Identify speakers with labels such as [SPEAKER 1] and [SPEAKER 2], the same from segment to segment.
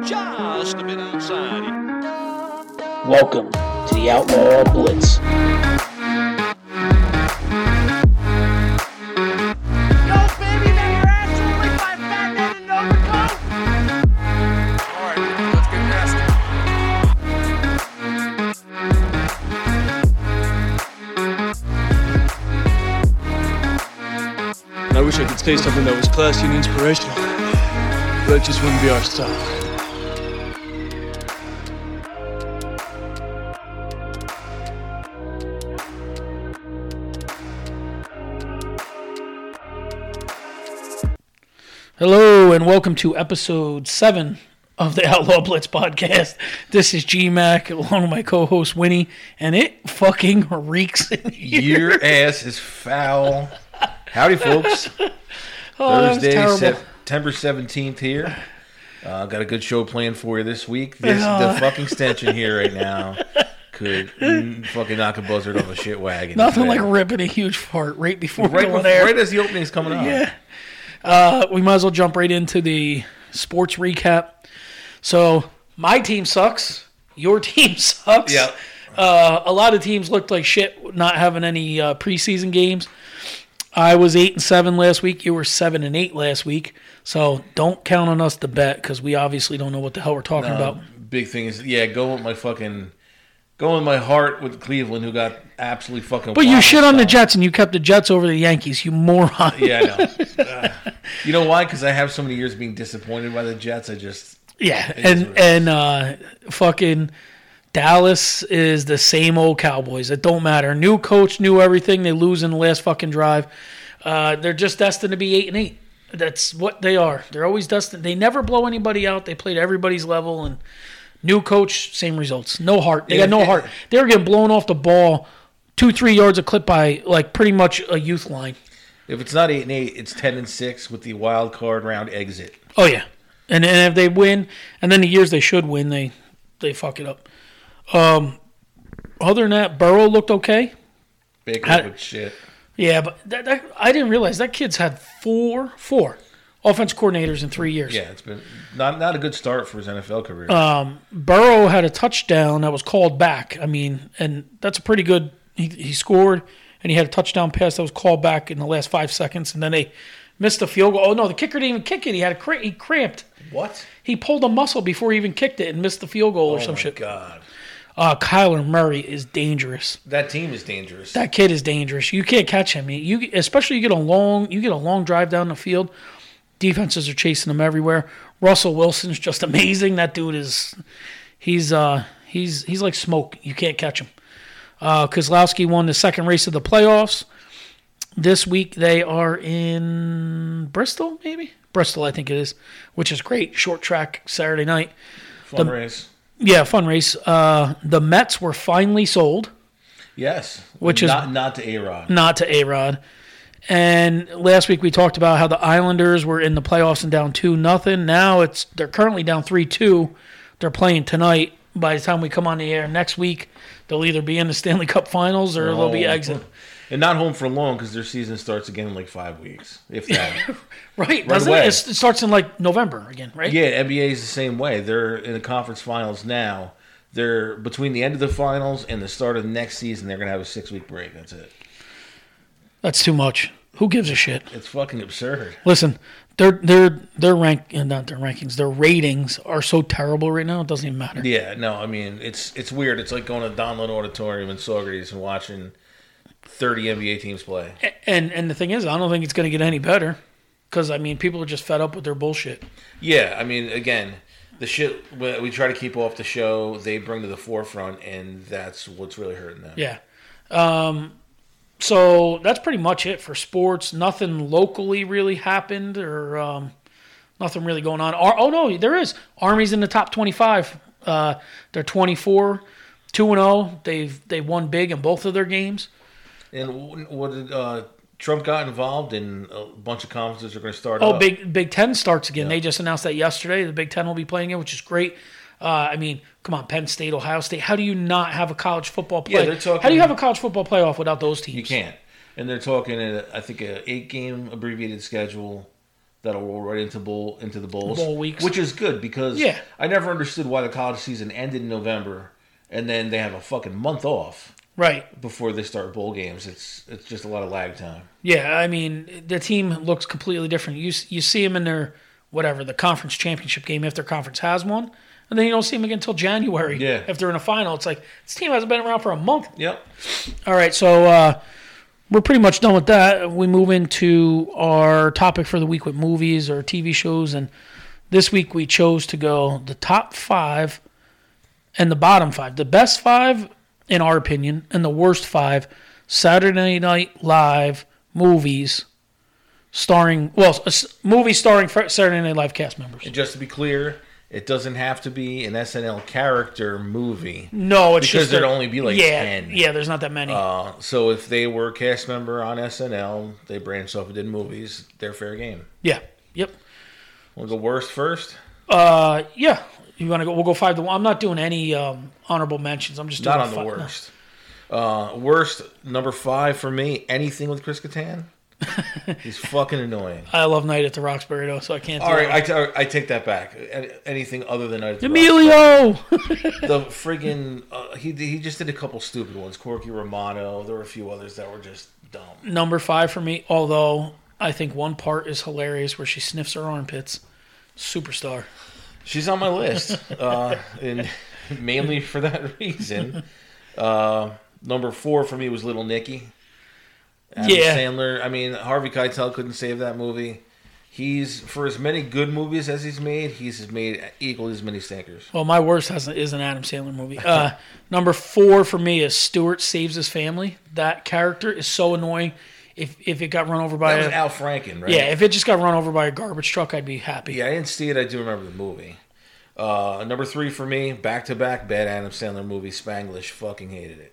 [SPEAKER 1] must have been outside.
[SPEAKER 2] Welcome to the Outlaw Blitz.
[SPEAKER 3] No, baby, now your ass will lick my fat head and overcoat.
[SPEAKER 4] All right, let's get nasty.
[SPEAKER 5] I wish I could say something that was classy and inspirational. That just wouldn't be our style.
[SPEAKER 2] Hello, and welcome to episode seven of the Outlaw Blitz podcast. This is G Mac along with my co host Winnie, and it fucking reeks in here.
[SPEAKER 6] Your ass is foul. Howdy, folks.
[SPEAKER 2] Oh, that was
[SPEAKER 6] Thursday,
[SPEAKER 2] terrible.
[SPEAKER 6] September 17th here. Uh, got a good show planned for you this week. This,
[SPEAKER 2] Oh.
[SPEAKER 6] The fucking stench in here right now could mm, fucking knock a buzzard off a shit wagon.
[SPEAKER 2] Nothing like
[SPEAKER 6] It's bad.
[SPEAKER 2] ripping a huge fart right before
[SPEAKER 6] right,
[SPEAKER 2] we go
[SPEAKER 6] before,
[SPEAKER 2] on air.
[SPEAKER 6] right as the opening's coming on.
[SPEAKER 2] Yeah. Uh, we might as well jump right into the sports recap. So, my team sucks. Your team sucks.
[SPEAKER 6] Yeah.
[SPEAKER 2] Uh, a lot of teams looked like shit not having any uh, preseason games. I was 8 and 7 last week. You were 7 and 8 last week. So, don't count on us to bet because we obviously don't know what the hell we're talking about.
[SPEAKER 6] Big thing is, yeah, go with my fucking, go with my heart with Cleveland, who got absolutely fucking.
[SPEAKER 2] But you
[SPEAKER 6] walloped
[SPEAKER 2] shit on the
[SPEAKER 6] by-
[SPEAKER 2] Jets and you kept the Jets over the Yankees, you moron.
[SPEAKER 6] Yeah, I know. Uh, you know why? Because I have so many years being disappointed by the Jets. I just
[SPEAKER 2] Yeah,
[SPEAKER 6] is
[SPEAKER 2] and
[SPEAKER 6] what it
[SPEAKER 2] and uh, fucking Dallas is the same old Cowboys. It don't matter. New coach, new everything. They lose in the last fucking drive. Uh, they're just destined to be eight and eight. That's what they are. They're always destined. They never blow anybody out. They play to everybody's level. And new coach, same results. No heart. They got no
[SPEAKER 6] Yeah.
[SPEAKER 2] heart. They were getting blown off the ball, two three yards a clip by like pretty much a youth line.
[SPEAKER 6] If it's not eight and eight, it's ten and six with the wild card round exit.
[SPEAKER 2] Oh yeah, and and if they win, and then the years they should win, they they fuck it up. Um, other than that, Burrow looked okay.
[SPEAKER 6] Baker
[SPEAKER 2] How-
[SPEAKER 6] with shit.
[SPEAKER 2] Yeah, but that, that, I didn't realize that kid's had four four offense coordinators in three years.
[SPEAKER 6] Yeah, it's been not not a good start for his NFL career.
[SPEAKER 2] Uh, Burrow had a touchdown that was called back. I mean, and that's a pretty good. He, he scored, and he had a touchdown pass that was called back in the last five seconds, and then they missed a field goal. Oh no, the kicker didn't even kick it. He had a cra- he cramped.
[SPEAKER 6] what?
[SPEAKER 2] He pulled a muscle before he even kicked it and missed the field goal or
[SPEAKER 6] Oh
[SPEAKER 2] some
[SPEAKER 6] my
[SPEAKER 2] shit.
[SPEAKER 6] God,
[SPEAKER 2] Uh, Kyler Murray is dangerous.
[SPEAKER 6] that team is dangerous.
[SPEAKER 2] That kid is dangerous. You can't catch him. You especially you get a long you get a long drive down the field. Defenses are chasing him everywhere. Russell Wilson's just amazing. That dude is he's uh he's he's like smoke. You can't catch him. Uh, Kozlowski won the second race of the playoffs. This week they are in Bristol, maybe Bristol, I think it is, which is great. Short track Saturday night.
[SPEAKER 6] Fun race.
[SPEAKER 2] Yeah, fun race. Uh, the Mets were finally sold.
[SPEAKER 6] Yes,
[SPEAKER 2] Which is-
[SPEAKER 6] not not to A Rod.
[SPEAKER 2] not to A Rod. And last week we talked about how the Islanders were in the playoffs and down two nothing. Now it's they're currently down three two. They're playing tonight. By the time we come on the air next week, they'll either be in the Stanley Cup Finals or they'll be exit.
[SPEAKER 6] and not home for long because their season starts again in like five weeks, if that.
[SPEAKER 2] Right? doesn't
[SPEAKER 6] away.
[SPEAKER 2] it? It's- It starts in like November again, right?
[SPEAKER 6] yeah, NBA is the same way. They're in the conference finals now. They're between the end of the finals and the start of the next season. They're gonna have a six week break. That's it.
[SPEAKER 2] That's too much. Who gives a shit?
[SPEAKER 6] It's fucking absurd.
[SPEAKER 2] Listen, their their their rank and not their rankings, their ratings are so terrible right now. It doesn't even matter.
[SPEAKER 6] Yeah, no, I mean it's it's weird. It's like going to Donlin Auditorium in Socrates and watching thirty NBA teams play.
[SPEAKER 2] And and the thing is, I don't think it's going to get any better because I mean, people are just fed up with their bullshit.
[SPEAKER 6] Yeah, I mean again, the shit we we try to keep off the show, they bring to the forefront, and that's what's really hurting them.
[SPEAKER 2] Yeah. Um, so that's pretty much it for sports. Nothing locally really happened or um, nothing really going on. Ar- oh, no, there is. Army's in the top 25. Uh, they're 24, 2 and 0. They've they won big in both of their games.
[SPEAKER 6] And wh- what did uh, Trump got involved in? A bunch of conferences are going to start.
[SPEAKER 2] Oh,
[SPEAKER 6] up.
[SPEAKER 2] Big Big Ten starts again. They just announced that yesterday. The Big Ten will be playing again, which is great. Uh, I mean, come on, Penn State, Ohio State. How do you not have a college football play?
[SPEAKER 6] Yeah, they're talking-
[SPEAKER 2] How do you have a college football playoff without those teams?
[SPEAKER 6] You can't. And they're talking, uh, I think, a eight game abbreviated schedule that'll roll right into bowl into the bowls,
[SPEAKER 2] Bowl weeks.
[SPEAKER 6] which is good because
[SPEAKER 2] Yeah.
[SPEAKER 6] I never understood why the college season ended in November and then they have a fucking month off
[SPEAKER 2] Right.
[SPEAKER 6] before they start bowl games. It's it's just a lot of lag time.
[SPEAKER 2] Yeah, I mean, the team looks completely different. You you see them in their whatever the conference championship game if their conference has one, and then you don't see them again until January.
[SPEAKER 6] Yeah.
[SPEAKER 2] if they're in a final, it's like this team hasn't been around for a month.
[SPEAKER 6] Yep.
[SPEAKER 2] All right, so uh, we're pretty much done with that. We move into our topic for the week with movies or TV shows, and this week we chose to go the top five and the bottom five, the best five in our opinion, and the worst five Saturday Night Live movies starring well, s- s- movies starring fr- Saturday Night Live cast members.
[SPEAKER 6] And just to be clear, it doesn't have to be an SNL character movie.
[SPEAKER 2] No, it's
[SPEAKER 6] Because
[SPEAKER 2] just
[SPEAKER 6] there'd
[SPEAKER 2] a-
[SPEAKER 6] only be like
[SPEAKER 2] yeah,
[SPEAKER 6] 10.
[SPEAKER 2] yeah. There's not that many.
[SPEAKER 6] Uh, so if they were a cast member on SNL, they branched off and did movies. They're fair game.
[SPEAKER 2] yeah, yep.
[SPEAKER 6] Well, the worst first.
[SPEAKER 2] Uh, yeah. You want to go? We'll go five to one. I'm not doing any um, honorable mentions. I'm just doing
[SPEAKER 6] Not on the
[SPEAKER 2] fi-
[SPEAKER 6] worst. Uh, worst number five for me. Anything with Chris Kattan. He's fucking annoying.
[SPEAKER 2] I love Night at the Roxbury though, so I can't.
[SPEAKER 6] All
[SPEAKER 2] do
[SPEAKER 6] right,
[SPEAKER 2] that.
[SPEAKER 6] I, ta- I take that back. Any- Anything other than I
[SPEAKER 2] Emilio.
[SPEAKER 6] the friggin' uh, he he just did a couple stupid ones. Corky Romano. There were a few others that were just dumb.
[SPEAKER 2] Number five for me. Although I think one part is hilarious where she sniffs her armpits. Superstar.
[SPEAKER 6] She's on my list, uh, and mainly for that reason. Uh, number four for me was Little Nicky. Adam
[SPEAKER 2] Yeah.
[SPEAKER 6] Sandler. I mean, Harvey Keitel couldn't save that movie. He's for as many good movies as he's made, he's made equally as many stinkers.
[SPEAKER 2] Well, my worst has is an Adam Sandler movie. Uh, number four for me is Stewart saves his family. That character is so annoying. If if it got run over by
[SPEAKER 6] That was
[SPEAKER 2] a,
[SPEAKER 6] Al Franken, right?
[SPEAKER 2] yeah, if it just got run over by a garbage truck, I'd be happy.
[SPEAKER 6] Yeah, I didn't see it. I do remember the movie. Uh, number three for me, back to back bad Adam Sandler movie, Spanglish. Fucking hated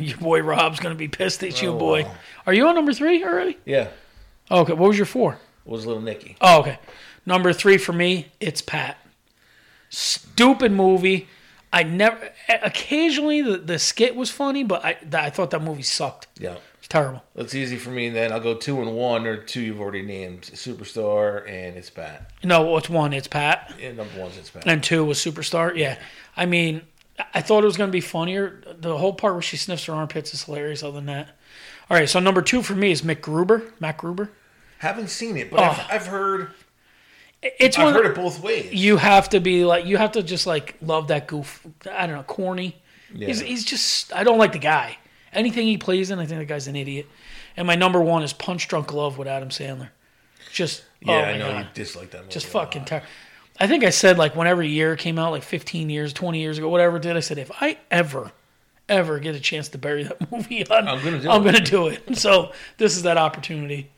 [SPEAKER 2] Your boy Rob's gonna be pissed at you,
[SPEAKER 6] Oh,
[SPEAKER 2] boy.
[SPEAKER 6] well.
[SPEAKER 2] Are you on number three already? Oh,
[SPEAKER 6] Yeah,
[SPEAKER 2] Okay, what was your four?
[SPEAKER 6] was Little Nicky.
[SPEAKER 2] Oh, okay. Number three for me, it's Pat. Stupid movie. I never. Occasionally, the, the skit was funny, but I I thought that movie sucked.
[SPEAKER 6] Yeah,
[SPEAKER 2] It's terrible.
[SPEAKER 6] that's easy for me. Then I'll go two and one, or two you've already named, Superstar and It's Bad.
[SPEAKER 2] No, it's one. It's Pat.
[SPEAKER 6] And number one's It's Bad.
[SPEAKER 2] and two was superstar. Yeah, I mean, I- I thought it was going to be funnier. The whole part where she sniffs her armpits is hilarious. Other than that, all right. So number two for me is Mick Gruber, Mac Gruber.
[SPEAKER 6] Haven't seen it, but
[SPEAKER 2] Oh.
[SPEAKER 6] I've, I've heard
[SPEAKER 2] It's
[SPEAKER 6] I've
[SPEAKER 2] one
[SPEAKER 6] heard it both ways.
[SPEAKER 2] you have to be like you have to just like love that goof. I don't know, corny. He's
[SPEAKER 6] Yeah.
[SPEAKER 2] he's just I don't like the guy. Anything he plays in, I think the guy's an idiot. And my number one is Punch Drunk Love with Adam Sandler. Just
[SPEAKER 6] yeah,
[SPEAKER 2] oh my
[SPEAKER 6] I know
[SPEAKER 2] God.
[SPEAKER 6] you dislike that movie.
[SPEAKER 2] just
[SPEAKER 6] a
[SPEAKER 2] fucking
[SPEAKER 6] lot.
[SPEAKER 2] tired. I think I said like whenever a year came out, like 15 years, 20 years ago, whatever it did, I said if I ever, ever get a chance to bury that movie on,
[SPEAKER 6] I'm gonna do
[SPEAKER 2] I'm
[SPEAKER 6] it.
[SPEAKER 2] gonna do it. So this is that opportunity.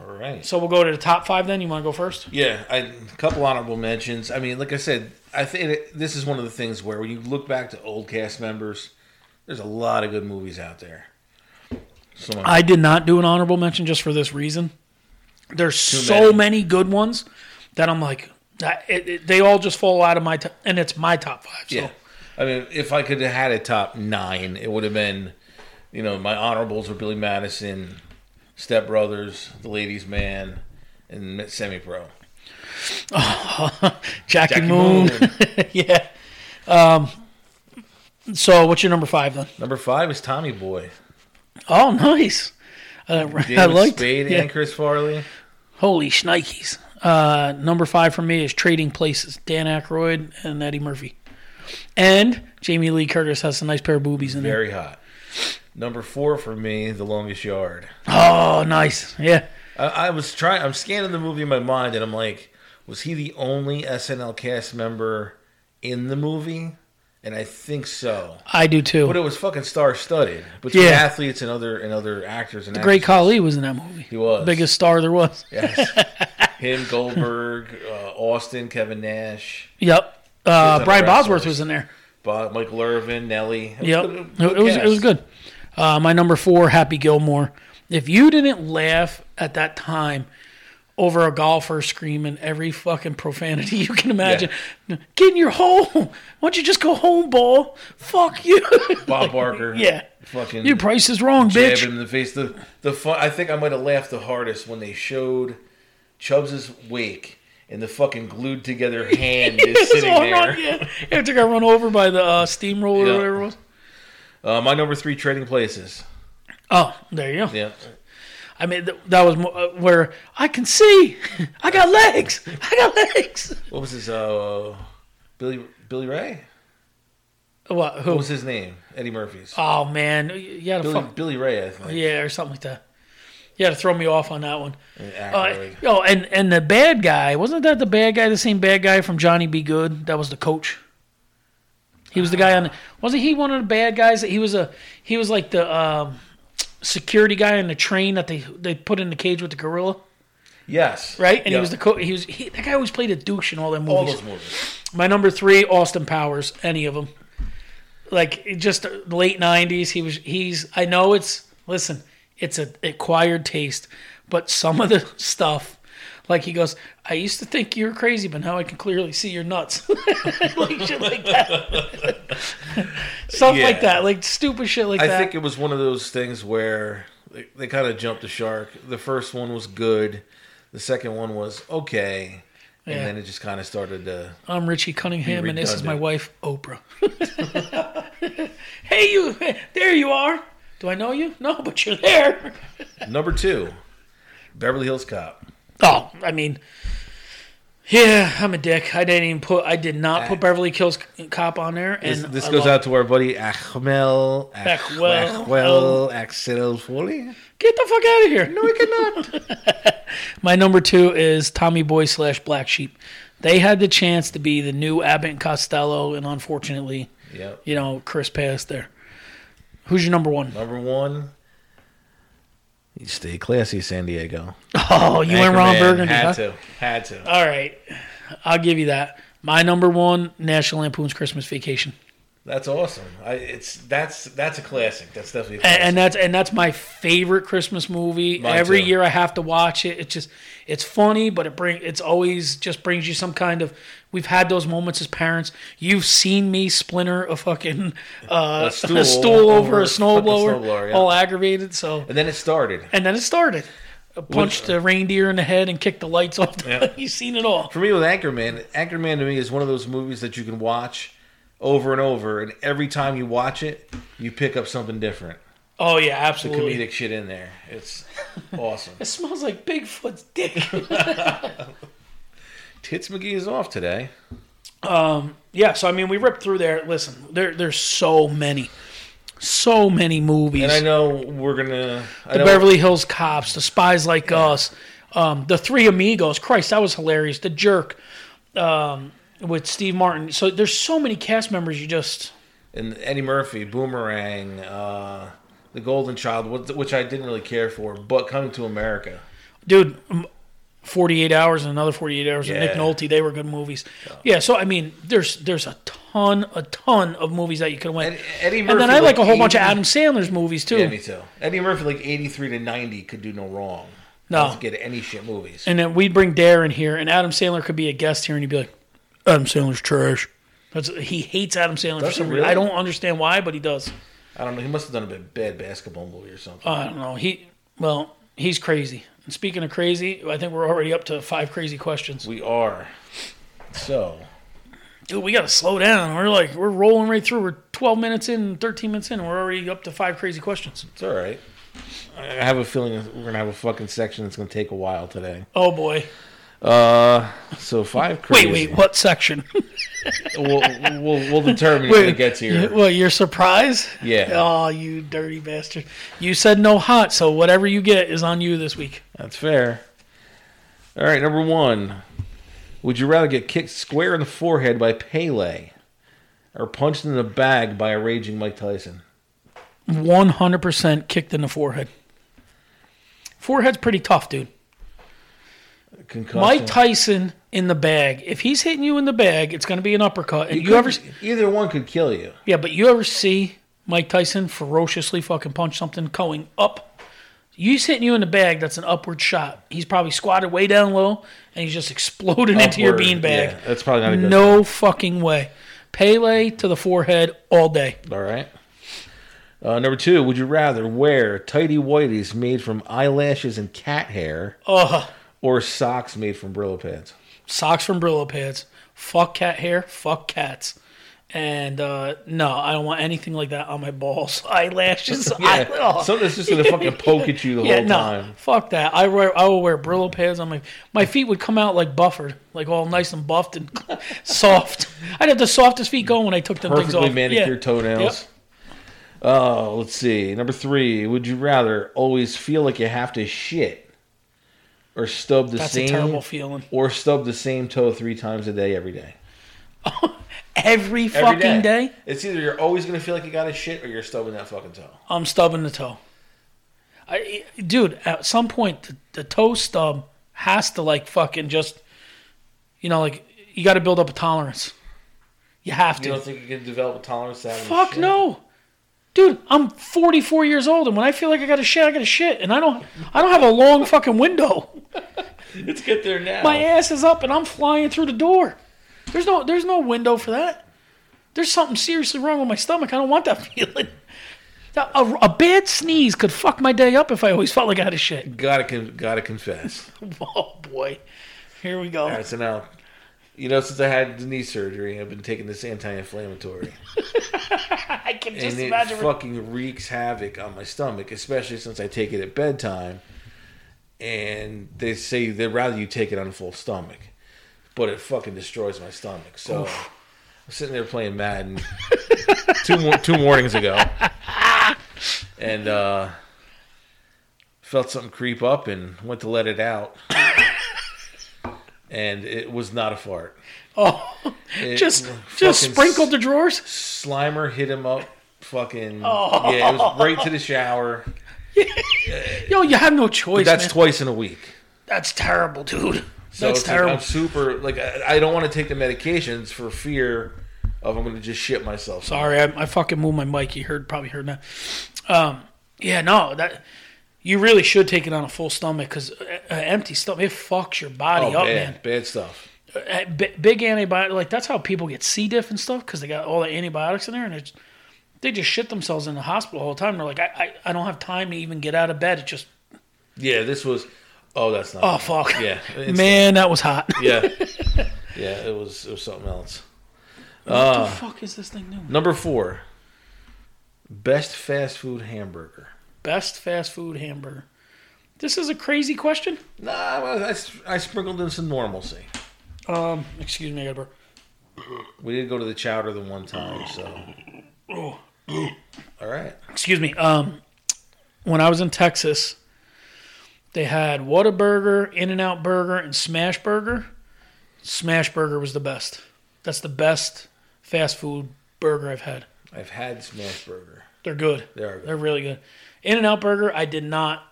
[SPEAKER 6] All right.
[SPEAKER 2] So we'll go to the top five. Then you want to go first?
[SPEAKER 6] Yeah, I, a couple honorable mentions. I mean, like I said, I think it- this is one of the things where when you look back to old cast members, there's a lot of good movies out there. So
[SPEAKER 2] I did not do an honorable mention just for this reason. There's so
[SPEAKER 6] many.
[SPEAKER 2] many. good ones that I'm like, that, it, it- they all just fall out of my top, and it's my top five. So
[SPEAKER 6] yeah, I mean, if I could have had a top nine, it would have been, you know, my honorables were Billy Madison, Step Brothers, The Ladies' Man, and Semi Pro.
[SPEAKER 2] Jackie, Moon, yeah. Um, so what's your number five then?
[SPEAKER 6] Number five is Tommy Boy.
[SPEAKER 2] Oh, nice. Uh, I
[SPEAKER 6] David
[SPEAKER 2] liked
[SPEAKER 6] Spade
[SPEAKER 2] yeah. Mm-hmm.
[SPEAKER 6] and Chris Farley.
[SPEAKER 2] Holy shnikes. Uh, number five for me is Trading Places. Dan Aykroyd and Eddie Murphy. And Jamie Lee Curtis has a nice pair of boobies in there.
[SPEAKER 6] Very hot. Number four for me, The Longest Yard.
[SPEAKER 2] Oh, nice. Yeah.
[SPEAKER 6] I, I was trying. I'm scanning the movie in my mind, and I'm like, was he the only SNL cast member in the movie? And I think so.
[SPEAKER 2] I do too.
[SPEAKER 6] But it was fucking star studded between
[SPEAKER 2] Yeah.
[SPEAKER 6] athletes and other and other actors and
[SPEAKER 2] Great
[SPEAKER 6] actresses.
[SPEAKER 2] Khali was in that movie.
[SPEAKER 6] He was
[SPEAKER 2] Biggest star there was.
[SPEAKER 6] Yes. Him, Goldberg, uh, Austin, Kevin Nash,
[SPEAKER 2] Yep. Uh,
[SPEAKER 6] He's
[SPEAKER 2] Brian
[SPEAKER 6] on a wrestler's-
[SPEAKER 2] Bosworth was in there.
[SPEAKER 6] Bob, Michael Irvin, Nelly.
[SPEAKER 2] Yep.
[SPEAKER 6] Good-
[SPEAKER 2] it, was, it was
[SPEAKER 6] cast.
[SPEAKER 2] good. Uh, my number four, Happy Gilmore. If you didn't laugh at that time over a golfer screaming every fucking profanity you can imagine, get in your hole. Why don't you just go home, ball? Fuck you.
[SPEAKER 6] Bob Barker.
[SPEAKER 2] yeah.
[SPEAKER 6] Fucking.
[SPEAKER 2] Your price is wrong,
[SPEAKER 6] jab
[SPEAKER 2] bitch.
[SPEAKER 6] him in the face. The the fun, I think I might have laughed the hardest when they showed Chubbs' wake, and the fucking glued together hand is
[SPEAKER 2] It's
[SPEAKER 6] sitting
[SPEAKER 2] all run,
[SPEAKER 6] there.
[SPEAKER 2] yeah. After I got run over by the uh, steamroller
[SPEAKER 6] Yeah.
[SPEAKER 2] or whatever it was.
[SPEAKER 6] Uh, my number three trading places.
[SPEAKER 2] Oh, there you go.
[SPEAKER 6] Yeah,
[SPEAKER 2] I mean, th- that was mo- uh, where I can see. I got legs. I got legs.
[SPEAKER 6] what was his? Uh, Billy Billy Ray.
[SPEAKER 2] What? Who?
[SPEAKER 6] What was his name? Eddie Murphy's.
[SPEAKER 2] oh man, you- you had to
[SPEAKER 6] Billy,
[SPEAKER 2] fuck.
[SPEAKER 6] Billy Ray, I think.
[SPEAKER 2] Yeah, or something like that. You had to throw me off on that one. Uh,
[SPEAKER 6] Ackroyd.
[SPEAKER 2] yo, and and the bad guy wasn't that the bad guy, the same bad guy from Johnny Be Good? That was the coach. He was the guy on. Wasn't he one of the bad guys? He was a. He was like the um, security guy on the train that they they put in the cage with the gorilla,
[SPEAKER 6] yes.
[SPEAKER 2] right? And
[SPEAKER 6] Yeah.
[SPEAKER 2] he was the co- He was he, that guy always played a douche in all their movies.
[SPEAKER 6] all those movies.
[SPEAKER 2] My number three, Austin Powers. Any of them, like it just uh, late nineties. He was. He's. I know it's. Listen, it's a acquired taste, but some of the stuff, like he goes, I used to think you were crazy, but now I can clearly see your nuts, like shit like that, stuff
[SPEAKER 6] Yeah.
[SPEAKER 2] like that, like stupid shit like
[SPEAKER 6] I
[SPEAKER 2] that.
[SPEAKER 6] think it was one of those things where they, they kind of jumped the shark. The first one was good. The second one was okay. And
[SPEAKER 2] Yeah.
[SPEAKER 6] then it just kind of started to.
[SPEAKER 2] I'm Richie Cunningham,
[SPEAKER 6] Be
[SPEAKER 2] and this is my
[SPEAKER 6] redundant.
[SPEAKER 2] wife, Oprah. hey, you. There you are. Do I know you? No, but you're there.
[SPEAKER 6] Number two, Beverly Hills Cop.
[SPEAKER 2] Oh, I mean, yeah, I'm a dick. I didn't even put, I did not put Beverly Kills Cop on there. And
[SPEAKER 6] This, this
[SPEAKER 2] I
[SPEAKER 6] goes
[SPEAKER 2] love-
[SPEAKER 6] out to our buddy Achmel. Ach-
[SPEAKER 2] Achwell.
[SPEAKER 6] Achwell
[SPEAKER 2] um,
[SPEAKER 6] Axel Foley.
[SPEAKER 2] Get the fuck out of here! No, we cannot. My number two is Tommy Boy slash Black Sheep. They had the chance to be the new Abbott and Costello, and unfortunately,
[SPEAKER 6] Yep.
[SPEAKER 2] you know, Chris passed there. Who's your number one?
[SPEAKER 6] Number one, you stay classy, San Diego.
[SPEAKER 2] Oh, you went Ron
[SPEAKER 6] Anchorman.
[SPEAKER 2] Burgundy.
[SPEAKER 6] Had
[SPEAKER 2] huh?
[SPEAKER 6] to. Had to.
[SPEAKER 2] All right, I'll give you that. My number one, National Lampoon's Christmas Vacation.
[SPEAKER 6] That's awesome. I, it's that's that's a classic. That's definitely a classic.
[SPEAKER 2] and, and that's and that's my favorite Christmas movie.
[SPEAKER 6] Mine
[SPEAKER 2] Every
[SPEAKER 6] too.
[SPEAKER 2] year I have to watch it. It's just it's funny, but it bring it's always just brings you some kind of. We've had those moments as parents. You've seen me splinter a fucking uh, a stool, over a
[SPEAKER 6] stool over a fucking
[SPEAKER 2] snowblower,
[SPEAKER 6] snowblower, yeah.
[SPEAKER 2] all aggravated. So
[SPEAKER 6] And then it started.
[SPEAKER 2] and then it started. I Punched a reindeer in the head and kicked the lights off. the-
[SPEAKER 6] Yeah.
[SPEAKER 2] You've seen it all.
[SPEAKER 6] For me, with Anchorman, Anchorman to me is one of those movies that you can watch over and over, and every time you watch it, you pick up something different.
[SPEAKER 2] Oh yeah,
[SPEAKER 6] The
[SPEAKER 2] absolutely.
[SPEAKER 6] comedic shit in there. It's awesome.
[SPEAKER 2] It smells like Bigfoot's dick.
[SPEAKER 6] Tits McGee is off today.
[SPEAKER 2] yeah, so I mean, we ripped through there. Listen, there there's so many, so many movies.
[SPEAKER 6] And I know we're gonna. I
[SPEAKER 2] the
[SPEAKER 6] know,
[SPEAKER 2] Beverly Hills Cops, the Spies Like Us, um, the Three Amigos. Christ, that was hilarious. The Jerk um, with Steve Martin. So there's so many cast members. You just
[SPEAKER 6] And Eddie Murphy, Boomerang, uh, The Golden Child, what- which I didn't really care for, but Coming to America.
[SPEAKER 2] dude, um, 48 hours and another 48 hours with Nick
[SPEAKER 6] Yeah.
[SPEAKER 2] Nolte. They were good movies. Yeah. So I mean, there's there's a ton, a ton of movies that you could win.
[SPEAKER 6] Ed- Eddie Murphy.
[SPEAKER 2] And then I like a whole bunch of
[SPEAKER 6] 80
[SPEAKER 2] Adam Sandler's movies too.
[SPEAKER 6] Yeah, me too. Eddie Murphy, like eighty-three to ninety, could do no wrong.
[SPEAKER 2] No.
[SPEAKER 6] Let's get any shit movies.
[SPEAKER 2] and then we'd bring Darren here, and Adam Sandler could be a guest here, and he'd be like, "Adam Sandler's trash." That's he hates Adam Sandler. for
[SPEAKER 6] Does he
[SPEAKER 2] some reason. I
[SPEAKER 6] really?
[SPEAKER 2] don't understand why, but he does.
[SPEAKER 6] I don't know. He must have done a bad, bad basketball movie or something.
[SPEAKER 2] I don't know. He well, he's crazy. And speaking of crazy, I think we're already up to five crazy questions.
[SPEAKER 6] we are. So
[SPEAKER 2] Dude, we gotta slow down. We're like we're rolling right through. We're twelve minutes in, thirteen minutes in, and we're already up to five crazy questions.
[SPEAKER 6] it's all right. I I have a feeling we're gonna have a fucking section that's gonna take a while today.
[SPEAKER 2] Oh boy.
[SPEAKER 6] Uh, so five. Crazy.
[SPEAKER 2] Wait, wait, what section?
[SPEAKER 6] We'll, we'll, we'll determine when it gets here.
[SPEAKER 2] Well, you're surprised?
[SPEAKER 6] Yeah.
[SPEAKER 2] Oh, you dirty bastard. You said no hot, so whatever you get is on you this week.
[SPEAKER 6] That's fair. All right, number one. Would you rather get kicked square in the forehead by Pele, or punched in the bag by a raging Mike Tyson?
[SPEAKER 2] One hundred percent kicked in the forehead. Forehead's pretty tough, dude.
[SPEAKER 6] Concussion.
[SPEAKER 2] Mike Tyson in the bag. If he's hitting you in the bag, it's going to be an uppercut. And you, ever,
[SPEAKER 6] either one could kill you.
[SPEAKER 2] yeah, but you ever see Mike Tyson ferociously fucking punch something going up? He's hitting you in the bag. That's an upward shot. He's probably squatted way down low, and he's just exploding into your
[SPEAKER 6] Upward,
[SPEAKER 2] beanbag.
[SPEAKER 6] yeah, that's probably not a good
[SPEAKER 2] No fucking way. Pele to the forehead all day.
[SPEAKER 6] All right. Uh, number two,
[SPEAKER 2] Oh.
[SPEAKER 6] would you rather wear tidy whities made from eyelashes and cat hair,
[SPEAKER 2] Ugh.
[SPEAKER 6] or socks made from Brillo pads.
[SPEAKER 2] socks from Brillo pads. Fuck cat hair. Fuck cats. And uh, no, I don't want anything like that on my balls, eyelashes.
[SPEAKER 6] Yeah,
[SPEAKER 2] eyelids.
[SPEAKER 6] something's just gonna fucking poke at you the whole time.
[SPEAKER 2] Fuck that. I wear I will wear Brillo pads on my my feet would come out like buffered, like all nice and buffed and soft. I'd have the softest feet going when I took them things
[SPEAKER 6] Perfectly
[SPEAKER 2] off.
[SPEAKER 6] manicured
[SPEAKER 2] yeah.
[SPEAKER 6] toenails.
[SPEAKER 2] Yep.
[SPEAKER 6] Oh, let's see. Number three. Would you rather always feel like you have to shit, or stub the
[SPEAKER 2] That's
[SPEAKER 6] same
[SPEAKER 2] a terrible feeling.
[SPEAKER 6] or stub the same toe three times a day every day?
[SPEAKER 2] Every,
[SPEAKER 6] Every
[SPEAKER 2] fucking day,
[SPEAKER 6] It's either you're always gonna feel like you got to shit, or you're stubbing that fucking toe.
[SPEAKER 2] I'm stubbing the toe. I, dude, at some point the, the toe stub has to like fucking just, you know, like you got to build up a tolerance. You have to.
[SPEAKER 6] You don't think you can develop a tolerance to that?
[SPEAKER 2] Fuck no. Dude, I'm 44 years old, and when I feel like I got to shit, I got to shit, and I don't, I don't have a long fucking window.
[SPEAKER 6] Let's get there now.
[SPEAKER 2] My ass is up, and I'm flying through the door. There's no, there's no window for that. There's something seriously wrong with my stomach. I don't want that feeling. Now, A, a bad sneeze could fuck my day up if I always felt like I had a shit.
[SPEAKER 6] gotta con- gotta confess.
[SPEAKER 2] Oh boy, here we go.
[SPEAKER 6] All right, so now, you know, since I had the knee surgery, I've been taking this anti-inflammatory,
[SPEAKER 2] I can just
[SPEAKER 6] and it
[SPEAKER 2] imagine.
[SPEAKER 6] fucking wreaks havoc on my stomach, especially since I take it at bedtime. And they say they'd rather you take it on a full stomach, but it fucking destroys my stomach. So I'm sitting there playing Madden two mor- two mornings ago, and uh, felt something creep up and went to let it out. And it was not a fart.
[SPEAKER 2] oh,
[SPEAKER 6] It
[SPEAKER 2] just,
[SPEAKER 6] w-
[SPEAKER 2] just
[SPEAKER 6] fucking
[SPEAKER 2] sprinkled the drawers.
[SPEAKER 6] Slimer hit him up. Fucking
[SPEAKER 2] Oh.
[SPEAKER 6] yeah, it was right to the shower.
[SPEAKER 2] Yo, you have no choice.
[SPEAKER 6] That's
[SPEAKER 2] man.
[SPEAKER 6] twice in a week.
[SPEAKER 2] That's terrible, dude.
[SPEAKER 6] So
[SPEAKER 2] That's
[SPEAKER 6] it's like,
[SPEAKER 2] terrible.
[SPEAKER 6] I'm super like I, I don't want to take the medications for fear of I'm going to just shit myself.
[SPEAKER 2] Sorry, I, I fucking moved my mic. You heard, probably heard that. Um, yeah, no, that you really should take it on a full stomach because an empty stomach it fucks your body
[SPEAKER 6] oh,
[SPEAKER 2] up,
[SPEAKER 6] bad,
[SPEAKER 2] man.
[SPEAKER 6] bad stuff.
[SPEAKER 2] Uh, bi- big antibiotic, like that's how people get C diff and stuff because they got all the antibiotics in there and it's, they just shit themselves in the hospital all the time. They're like, I, I, I don't have time to even get out of bed. It just,
[SPEAKER 6] Yeah, this was. Oh, that's not.
[SPEAKER 2] oh fuck,
[SPEAKER 6] yeah, it's-
[SPEAKER 2] man, that was hot.
[SPEAKER 6] yeah, yeah. It was it was something else. Uh,
[SPEAKER 2] what the fuck is this thing doing?
[SPEAKER 6] Number four, best fast food hamburger.
[SPEAKER 2] Best fast food hamburger. This is a crazy question.
[SPEAKER 6] Nah, I, I, I sprinkled in some normalcy.
[SPEAKER 2] Um, excuse me, I gotta burp.
[SPEAKER 6] We did go to the chowder the one time, so. Oh. All right.
[SPEAKER 2] excuse me. Um, when I was in Texas, they had Whataburger, In and Out Burger, and Smash Burger. Smash Burger was the best. That's the best fast food burger I've had.
[SPEAKER 6] I've had smash burger.
[SPEAKER 2] They're good.
[SPEAKER 6] They are good.
[SPEAKER 2] They're really good. In and Out Burger, I did not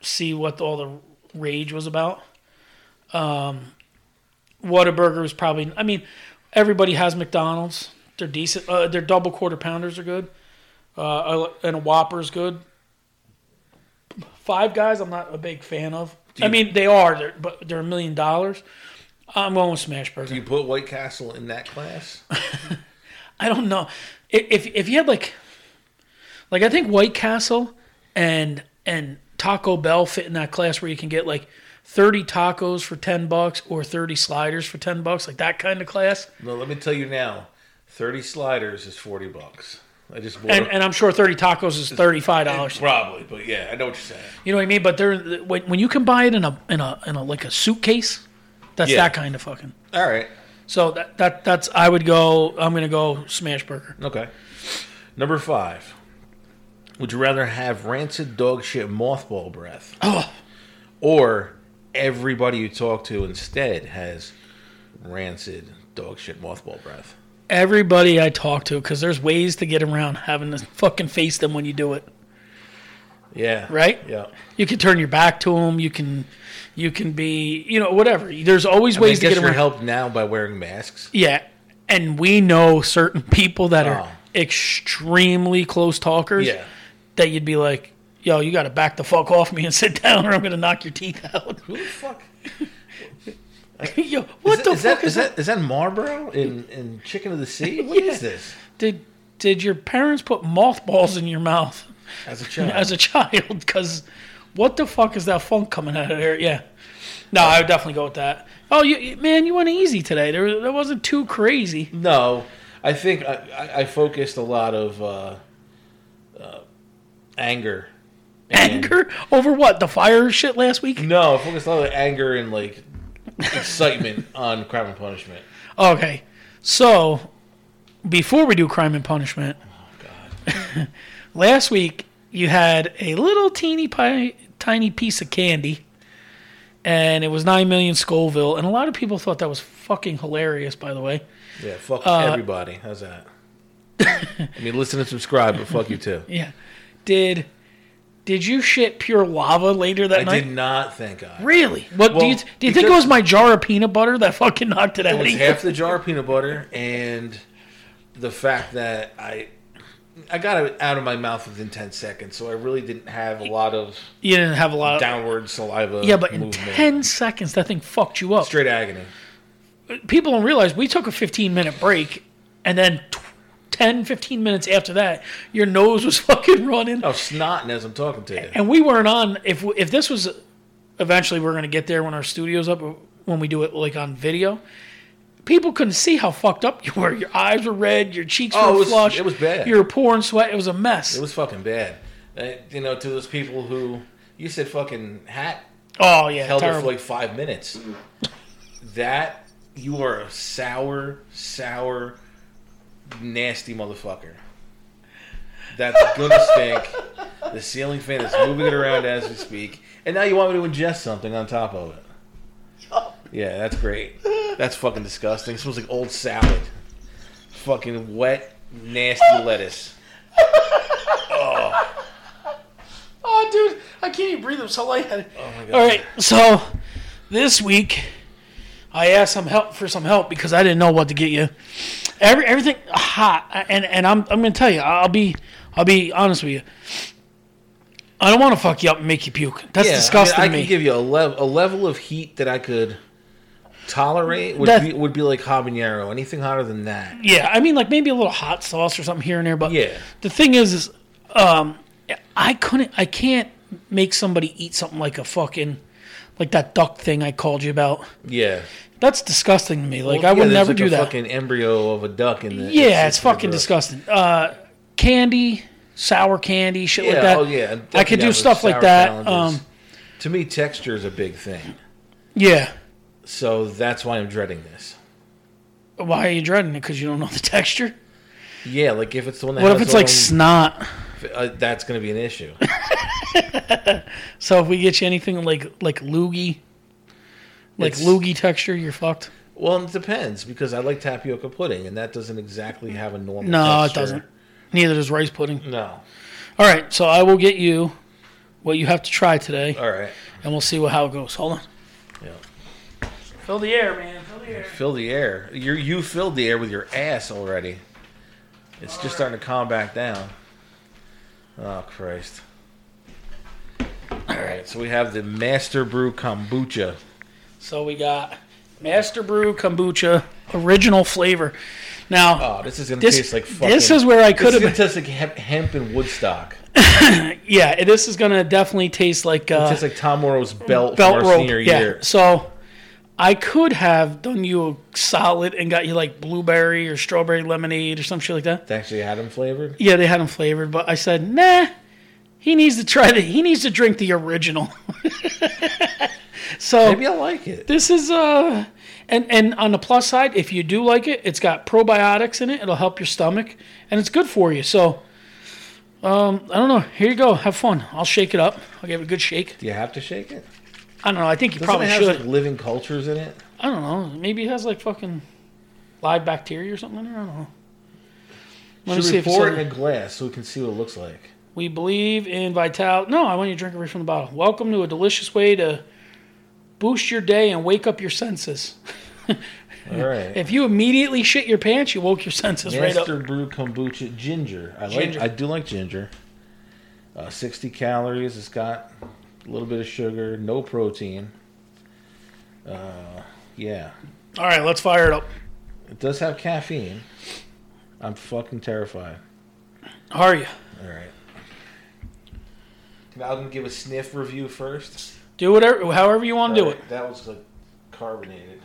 [SPEAKER 2] see what all the rage was about. Um, Whataburger was probably. I mean, everybody has McDonald's. They're decent. Uh, their double quarter pounders are good. Uh, I li- and a Whopper's good. Five Guys, I'm not a big fan of. I mean, they are, they're, but they're a million dollars. I'm going with Smash Burger.
[SPEAKER 6] Do you put White Castle in that class?
[SPEAKER 2] I don't know. I- If if you had like, like I think White Castle and and Taco Bell fit in that class where you can get like thirty tacos for ten bucks or thirty sliders for ten bucks, like that kind of class.
[SPEAKER 6] No, let me tell you now. Thirty sliders is forty bucks. I just bought
[SPEAKER 2] And and I'm sure thirty tacos is thirty five dollars.
[SPEAKER 6] probably, but yeah, I know what you're saying.
[SPEAKER 2] You know what I mean? But they're when when you can buy it in a in a in a like a suitcase, that's
[SPEAKER 6] Yeah.
[SPEAKER 2] that kind of fucking.
[SPEAKER 6] All right.
[SPEAKER 2] So that that that's I would go. I'm gonna go smash burger.
[SPEAKER 6] Okay. Number five. Would you rather have rancid dog shit mothball breath,
[SPEAKER 2] Oh,
[SPEAKER 6] or everybody you talk to instead has rancid dog shit mothball breath?
[SPEAKER 2] everybody I talk to, because there's ways to get around having to fucking face them when you do it.
[SPEAKER 6] Yeah.
[SPEAKER 2] Right?
[SPEAKER 6] Yeah.
[SPEAKER 2] You can turn your back to them. You can, you can be, you know, whatever. There's always
[SPEAKER 6] I
[SPEAKER 2] ways
[SPEAKER 6] guess
[SPEAKER 2] to get
[SPEAKER 6] you're
[SPEAKER 2] around.
[SPEAKER 6] helped now by wearing masks.
[SPEAKER 2] Yeah, and we know certain people that are
[SPEAKER 6] Oh.
[SPEAKER 2] extremely close talkers.
[SPEAKER 6] Yeah.
[SPEAKER 2] that you'd be like, "Yo, you got to back the fuck off me and sit down, or I'm gonna knock your teeth out."
[SPEAKER 6] Who the fuck?
[SPEAKER 2] Yo, what the
[SPEAKER 6] Is that- is
[SPEAKER 2] fuck
[SPEAKER 6] that,
[SPEAKER 2] is that?
[SPEAKER 6] that? Is that Marlboro in, in Chicken of the Sea? What is this?
[SPEAKER 2] Did did your parents put mothballs in your mouth
[SPEAKER 6] As a child.
[SPEAKER 2] as a child? Because what the fuck is that funk coming out of there? Yeah. No, I would definitely go with that. Oh, you- you, man, you went easy today. There, that wasn't too crazy.
[SPEAKER 6] No, I think I, I, I focused a lot of uh, uh, anger. and-
[SPEAKER 2] Anger over what the fire shit last week?
[SPEAKER 6] No, I focused a lot of anger and like excitement on crime and punishment.
[SPEAKER 2] Okay, so before we do crime and punishment, last week you had a little teeny pi- tiny piece of candy, and it was nine million Scoville, and a lot of people thought that was fucking hilarious. By the way,
[SPEAKER 6] Yeah, fuck everybody. How's that? I mean, listen and subscribe, but fuck you too.
[SPEAKER 2] yeah, did did you shit pure lava later that
[SPEAKER 6] I
[SPEAKER 2] night?
[SPEAKER 6] did not think I.
[SPEAKER 2] Really? What do you
[SPEAKER 6] Well,
[SPEAKER 2] do? You think it
[SPEAKER 6] because-
[SPEAKER 2] was my jar of peanut butter that fucking knocked it out?
[SPEAKER 6] It was
[SPEAKER 2] of you?
[SPEAKER 6] half the jar of peanut butter and the fact that I I got it out of my mouth within ten seconds, so I really didn't have a lot of
[SPEAKER 2] you didn't have a lot. Of,
[SPEAKER 6] downward saliva.
[SPEAKER 2] yeah, but in
[SPEAKER 6] movement.
[SPEAKER 2] ten seconds, that thing fucked you up.
[SPEAKER 6] straight agony.
[SPEAKER 2] People don't realize we took a fifteen minute break, and then tw- 10, 15 minutes after that, your nose was fucking running,
[SPEAKER 6] I was snotting as I'm talking to you.
[SPEAKER 2] and we weren't on. If w- if this was, eventually we're gonna get there when our studio's up, when we do it like on video. People couldn't see how fucked up you were. Your eyes were red. Your cheeks
[SPEAKER 6] Oh,
[SPEAKER 2] were
[SPEAKER 6] it was-
[SPEAKER 2] flushed.
[SPEAKER 6] it was bad.
[SPEAKER 2] You were pouring sweat. It was a mess.
[SPEAKER 6] It was fucking bad. Uh, you know, to those people who you said fucking hat
[SPEAKER 2] oh yeah,
[SPEAKER 6] held it
[SPEAKER 2] terrible.
[SPEAKER 6] for like five minutes. That you are a sour, sour, nasty motherfucker. That's gonna stink. The ceiling fan is moving it around as we speak, and now you want me to ingest something on top of it. Yeah, that's great. That's fucking disgusting. It smells like old salad. Fucking wet, nasty lettuce.
[SPEAKER 2] Oh, dude, I can't even breathe. I'm so lightheaded.
[SPEAKER 6] Oh my god.
[SPEAKER 2] All right, so this week I asked some help for some help because I didn't know what to get you. Every everything hot, and and I'm I'm gonna tell you, I'll be I'll be honest with you. I don't want to fuck you up and make you puke. That's
[SPEAKER 6] Yeah,
[SPEAKER 2] disgusting
[SPEAKER 6] I, mean, I
[SPEAKER 2] to me.
[SPEAKER 6] can give you a, lev- a level of heat that I could tolerate would
[SPEAKER 2] That-
[SPEAKER 6] be would be like habanero. Anything hotter than that.
[SPEAKER 2] yeah, I mean like maybe a little hot sauce or something here and there, but
[SPEAKER 6] Yeah.
[SPEAKER 2] the thing is, is um, I couldn't, I can't make somebody eat something like a fucking like that duck thing I called you about.
[SPEAKER 6] Yeah.
[SPEAKER 2] That's disgusting to me. Like
[SPEAKER 6] Well,
[SPEAKER 2] I
[SPEAKER 6] yeah,
[SPEAKER 2] would
[SPEAKER 6] there's
[SPEAKER 2] never
[SPEAKER 6] like
[SPEAKER 2] do
[SPEAKER 6] a
[SPEAKER 2] that.
[SPEAKER 6] Fucking embryo of a duck in the.
[SPEAKER 2] yeah, it's
[SPEAKER 6] in the
[SPEAKER 2] fucking
[SPEAKER 6] gross.
[SPEAKER 2] disgusting. Uh, candy, sour candy, shit like
[SPEAKER 6] Yeah,
[SPEAKER 2] that.
[SPEAKER 6] oh yeah,
[SPEAKER 2] I could
[SPEAKER 6] definitely
[SPEAKER 2] do stuff like
[SPEAKER 6] sour
[SPEAKER 2] that.
[SPEAKER 6] challenges.
[SPEAKER 2] Um,
[SPEAKER 6] to me, texture is a big thing,
[SPEAKER 2] yeah.
[SPEAKER 6] so that's why I'm dreading this.
[SPEAKER 2] Why are you dreading it? Because you don't know the texture.
[SPEAKER 6] Yeah, like if it's the one that
[SPEAKER 2] What if
[SPEAKER 6] has
[SPEAKER 2] it's
[SPEAKER 6] the
[SPEAKER 2] like
[SPEAKER 6] one-
[SPEAKER 2] snot?
[SPEAKER 6] uh, that's going to be an issue.
[SPEAKER 2] So if we get you anything like like loogie, like
[SPEAKER 6] It's-
[SPEAKER 2] loogie texture, you're fucked.
[SPEAKER 6] well, it depends because I like tapioca pudding, and that doesn't exactly have a normal.
[SPEAKER 2] No, it
[SPEAKER 6] texture.
[SPEAKER 2] doesn't. Neither does rice pudding.
[SPEAKER 6] No.
[SPEAKER 2] All right, so I will get you what you have to try today,
[SPEAKER 6] All right.
[SPEAKER 2] and we'll see what, how it goes. Hold on.
[SPEAKER 6] Yeah.
[SPEAKER 2] Fill the air, man. Fill the air.
[SPEAKER 6] Fill the air. You you filled the air with your ass already. It's just starting to calm back down. Oh Christ! All right, so we have the Master Brew Kombucha.
[SPEAKER 2] So we got Master Brew Kombucha original flavor. Now,
[SPEAKER 6] Oh, this is gonna
[SPEAKER 2] This-
[SPEAKER 6] taste like fucking.
[SPEAKER 2] this is where I
[SPEAKER 6] this
[SPEAKER 2] could
[SPEAKER 6] is
[SPEAKER 2] have-
[SPEAKER 6] gonna taste like hemp, hemp and Woodstock. It
[SPEAKER 2] yeah, this is gonna definitely taste like uh,
[SPEAKER 6] tastes like Tom Morrow's belt,
[SPEAKER 2] Mm, belt
[SPEAKER 6] from our
[SPEAKER 2] rope.
[SPEAKER 6] senior
[SPEAKER 2] Yeah.
[SPEAKER 6] year.
[SPEAKER 2] So I could have done you a solid and got you like blueberry or strawberry lemonade or some shit like that.
[SPEAKER 6] It's actually Adam flavored.
[SPEAKER 2] Yeah, they had them flavored, but I said nah. He needs to try the. He needs to drink the original. so
[SPEAKER 6] Maybe I like it.
[SPEAKER 2] this is uh and and on the plus side if you do like it it's got probiotics in it it'll help your stomach and it's good for you so um i don't know here you go have fun i'll shake it up i'll give it a good shake
[SPEAKER 6] Do you have to shake it?
[SPEAKER 2] i don't know i think you
[SPEAKER 6] Doesn't
[SPEAKER 2] probably
[SPEAKER 6] it have
[SPEAKER 2] should
[SPEAKER 6] like living cultures in it?
[SPEAKER 2] i don't know maybe it has like fucking live bacteria or something in there i don't know let me
[SPEAKER 6] Should
[SPEAKER 2] see
[SPEAKER 6] we
[SPEAKER 2] if it's
[SPEAKER 6] pour it
[SPEAKER 2] on-
[SPEAKER 6] in a glass so we can see what it looks like?
[SPEAKER 2] we believe in vitality no i want you to drink it right from the bottle welcome to a delicious way to boost your day and wake up your senses
[SPEAKER 6] All right.
[SPEAKER 2] if you immediately shit your pants you woke your senses right up
[SPEAKER 6] Master Brew Kombucha Ginger. I
[SPEAKER 2] Ginger.
[SPEAKER 6] like. I do like ginger. Uh, Sixty calories. It's got a little bit of sugar, no protein. Uh, yeah,
[SPEAKER 2] All right, let's fire it up.
[SPEAKER 6] it does have caffeine. I'm fucking terrified.
[SPEAKER 2] How are you?
[SPEAKER 6] All right. Can I- I'm gonna give a sniff review first.
[SPEAKER 2] Do whatever, however you want to do it.
[SPEAKER 6] That was like carbonated.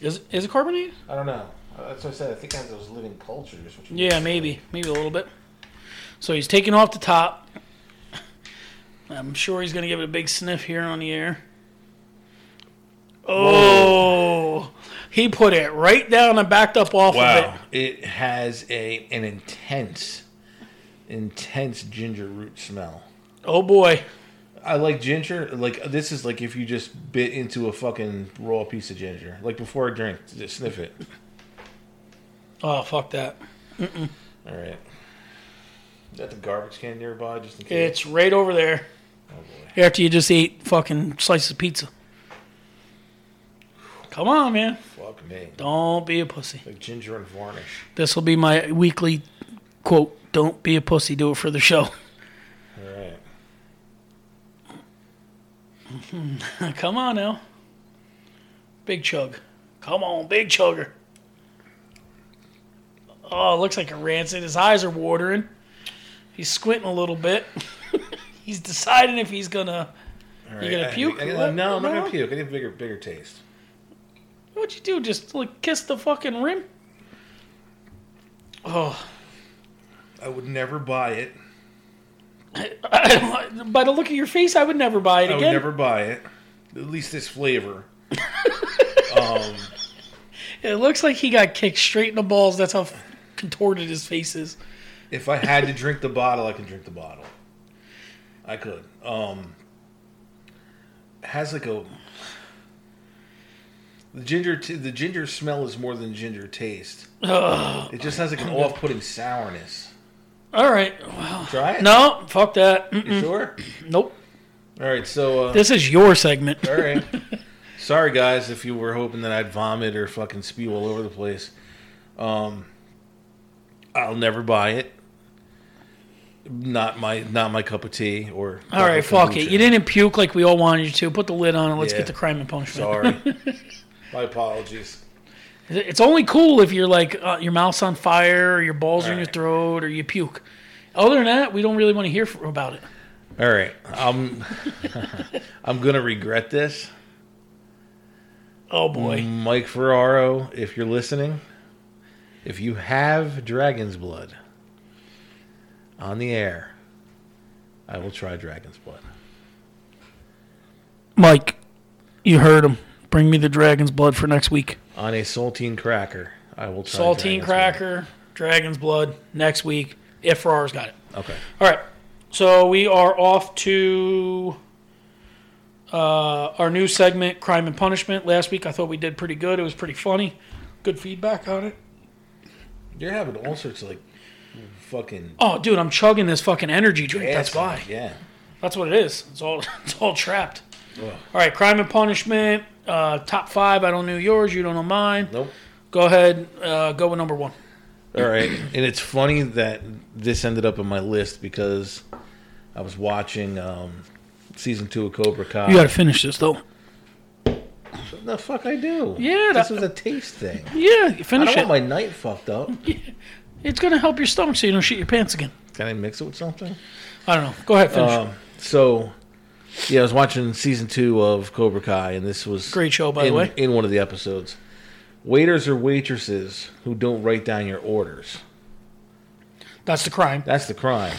[SPEAKER 2] Is is it carbonated?
[SPEAKER 6] I don't know. Uh, That's what I said. I think it has those living cultures. Which
[SPEAKER 2] Yeah, maybe, maybe a little bit. So he's taking off the top. I'm sure he's gonna give it a big sniff here on the air. Oh, he put it right down and backed up off of
[SPEAKER 6] Wow.
[SPEAKER 2] it.
[SPEAKER 6] It has a an intense, intense ginger root smell.
[SPEAKER 2] Oh boy,
[SPEAKER 6] I like ginger. Like this is like if you just bit into a fucking raw piece of ginger. Like before a drink, just sniff it.
[SPEAKER 2] oh fuck that.
[SPEAKER 6] All right. Is that the garbage can nearby, just in case?
[SPEAKER 2] It's right over there. After you just ate fucking slices of pizza. Come on, man.
[SPEAKER 6] Fuck me.
[SPEAKER 2] Don't be a pussy.
[SPEAKER 6] Like ginger and varnish.
[SPEAKER 2] This will be my weekly quote. Don't be a pussy. Do it for the show.
[SPEAKER 6] All right.
[SPEAKER 2] Come on now. Big chug. Come on, big chugger. Oh, it looks like a rancid. His eyes are watering. He's squinting a little bit. he's deciding if he's gonna.
[SPEAKER 6] All
[SPEAKER 2] You gonna
[SPEAKER 6] I-
[SPEAKER 2] puke?
[SPEAKER 6] I-
[SPEAKER 2] What?
[SPEAKER 6] no, I'm not
[SPEAKER 2] No?
[SPEAKER 6] gonna puke. I need a bigger, bigger taste.
[SPEAKER 2] What'd you do? Just like kiss the fucking rim? Oh,
[SPEAKER 6] I would never buy it.
[SPEAKER 2] by the look of your face, I would never buy it
[SPEAKER 6] I would
[SPEAKER 2] again.
[SPEAKER 6] never buy it. At least this flavor.
[SPEAKER 2] It looks like he got kicked straight in the balls. That's how contorted his face is.
[SPEAKER 6] If I had to drink the bottle, I can drink the bottle. I could. Um has like a the ginger t- the ginger smell is more than ginger taste. it just has like an off-putting sourness.
[SPEAKER 2] All right.
[SPEAKER 6] Try it.
[SPEAKER 2] No, fuck that. Mm,
[SPEAKER 6] You sure?
[SPEAKER 2] Nope.
[SPEAKER 6] All right, so uh,
[SPEAKER 2] This is your segment.
[SPEAKER 6] all right. Sorry guys if you were hoping that I'd vomit or fucking spew all over the place. Um I'll never buy it. Not my not my cup of tea or
[SPEAKER 2] All right, fuck it.
[SPEAKER 6] kombucha.
[SPEAKER 2] You didn't puke like we all wanted you to. Put the lid on and let's
[SPEAKER 6] Yeah.
[SPEAKER 2] get the crime and punishment.
[SPEAKER 6] Sorry. My apologies.
[SPEAKER 2] It's only cool if you're like uh, your mouth's on fire, or your balls are in your
[SPEAKER 6] Alright.
[SPEAKER 2] throat, or you puke. Other than that, we don't really want to hear f about it.
[SPEAKER 6] All right. I'm I'm going to regret this.
[SPEAKER 2] Oh boy.
[SPEAKER 6] Mike Ferraro, if you're listening, if you have Dragon's Blood on the air, I will try Dragon's Blood.
[SPEAKER 2] Mike, you heard him. Bring me the dragon's blood for next week.
[SPEAKER 6] On a saltine cracker, I will try
[SPEAKER 2] Saltine
[SPEAKER 6] Dragon's
[SPEAKER 2] cracker, dragon's blood next week. If Ferrar's got it.
[SPEAKER 6] Blood. Okay.
[SPEAKER 2] All right. So we are off to uh, our new segment, Crime and Punishment. Last week I thought we did pretty good. It was pretty funny. Good feedback on it.
[SPEAKER 6] You're having all sorts of like fucking
[SPEAKER 2] Oh, dude, I'm chugging this fucking energy drink. That's
[SPEAKER 6] ass-
[SPEAKER 2] why.
[SPEAKER 6] Yeah.
[SPEAKER 2] That's what it is. It's all it's all trapped.
[SPEAKER 6] Ugh.
[SPEAKER 2] All right, Crime and Punishment. Uh, top five. I don't know yours. You don't know mine.
[SPEAKER 6] Nope.
[SPEAKER 2] Go ahead. Uh, go with number one.
[SPEAKER 6] All right. And it's funny that this ended up in my list because I was watching um, season two of Cobra Kai.
[SPEAKER 2] You got to finish this though.
[SPEAKER 6] The fuck I do.
[SPEAKER 2] Yeah,
[SPEAKER 6] This
[SPEAKER 2] that-
[SPEAKER 6] was a taste thing.
[SPEAKER 2] Yeah, you
[SPEAKER 6] I
[SPEAKER 2] finish
[SPEAKER 6] don't
[SPEAKER 2] it.
[SPEAKER 6] want my night fucked up.
[SPEAKER 2] it's gonna help your stomach so you don't shit your pants again.
[SPEAKER 6] Can I mix it with something?
[SPEAKER 2] I don't know. Go ahead. Finish.
[SPEAKER 6] Um, so, yeah, I was watching season two of Cobra Kai, and this was
[SPEAKER 2] Great show, by the
[SPEAKER 6] in-
[SPEAKER 2] way.
[SPEAKER 6] In one of the episodes, waiters or waitresses who don't write down your orders.
[SPEAKER 2] That's the crime.
[SPEAKER 6] That's the crime.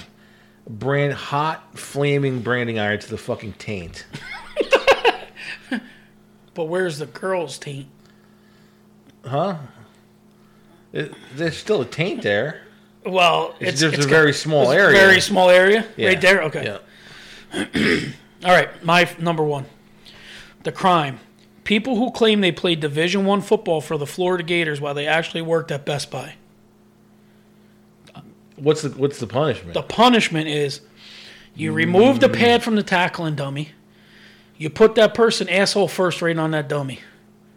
[SPEAKER 6] Brand hot flaming branding iron to the fucking taint.
[SPEAKER 2] But where's the girls' taint?
[SPEAKER 6] It- there's still a taint there.
[SPEAKER 2] Well, it's,
[SPEAKER 6] just a
[SPEAKER 2] got-
[SPEAKER 6] very small
[SPEAKER 2] it's a
[SPEAKER 6] area.
[SPEAKER 2] Very small area,
[SPEAKER 6] Yeah.
[SPEAKER 2] right there. Okay.
[SPEAKER 6] Yeah.
[SPEAKER 2] All right. My f- number one, the crime. People who claim they played Division One football for the Florida Gators while they actually worked at Best Buy.
[SPEAKER 6] What's the what's the punishment?
[SPEAKER 2] The punishment is you remove
[SPEAKER 6] Mm.
[SPEAKER 2] the pad from the tackling dummy. You put that person asshole first right on that dummy.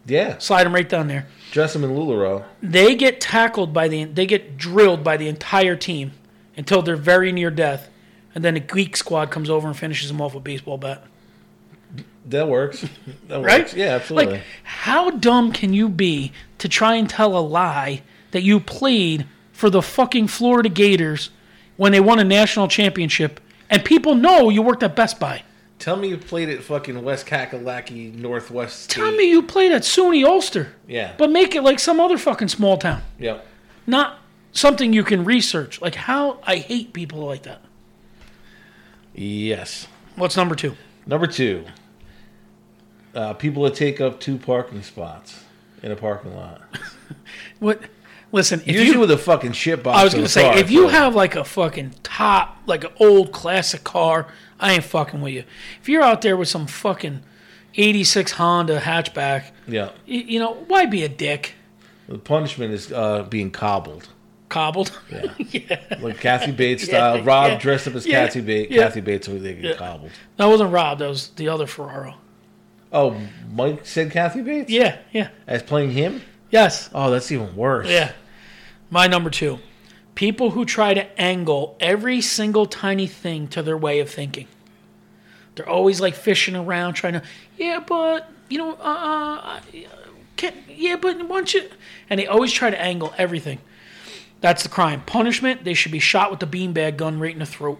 [SPEAKER 6] yeah,
[SPEAKER 2] Slide him right down there.
[SPEAKER 6] Jessamine Lularoe.
[SPEAKER 2] they get tackled by the they get drilled by the entire team until they're very near death and then a geek squad comes over and finishes them off with a baseball bat
[SPEAKER 6] That works. That
[SPEAKER 2] right
[SPEAKER 6] works. Yeah, absolutely.
[SPEAKER 2] like how dumb can you be to try and tell a lie that you played for the fucking florida gators when they won a national championship and people know you worked at best buy
[SPEAKER 6] Tell me you played at fucking West Kakalaki Northwest.
[SPEAKER 2] Tell
[SPEAKER 6] State.
[SPEAKER 2] me you played at SUNY Ulster.
[SPEAKER 6] Yeah.
[SPEAKER 2] But make it like some other fucking small town.
[SPEAKER 6] Yep.
[SPEAKER 2] Not something you can research. Like how I hate people like that.
[SPEAKER 6] Yes.
[SPEAKER 2] What's number two?
[SPEAKER 6] Number two. Uh, people that take up two parking spots in a parking lot.
[SPEAKER 2] What? Listen, if
[SPEAKER 6] Usually
[SPEAKER 2] you,
[SPEAKER 6] with a fucking shit box.
[SPEAKER 2] I was
[SPEAKER 6] in
[SPEAKER 2] gonna
[SPEAKER 6] the
[SPEAKER 2] say,
[SPEAKER 6] car,
[SPEAKER 2] if you
[SPEAKER 6] so-
[SPEAKER 2] have like a fucking top, like an old classic car, I ain't fucking with you. If you're out there with some fucking '86 Honda hatchback,
[SPEAKER 6] yeah,
[SPEAKER 2] you, you know why be a dick?
[SPEAKER 6] the punishment is uh, being cobbled,
[SPEAKER 2] Cobbled.
[SPEAKER 6] Yeah. like Kathy Bates style. Rob
[SPEAKER 2] yeah.
[SPEAKER 6] dressed up as
[SPEAKER 2] Yeah,
[SPEAKER 6] Kathy Bates.
[SPEAKER 2] yeah.
[SPEAKER 6] Kathy Bates, so they get cobbled.
[SPEAKER 2] that wasn't Rob. That was the other Ferraro.
[SPEAKER 6] Oh, Mike said Kathy Bates.
[SPEAKER 2] Yeah. Yeah.
[SPEAKER 6] as playing him.
[SPEAKER 2] Yes.
[SPEAKER 6] Oh, that's even worse.
[SPEAKER 2] Yeah. My number two people who try to angle every single tiny thing to their way of thinking. They're always like fishing around trying to, yeah, but, you know, uh, uh, can, yeah, but once you. And they always try to angle everything. That's the crime. Punishment, they should be shot with the beanbag gun right in the throat.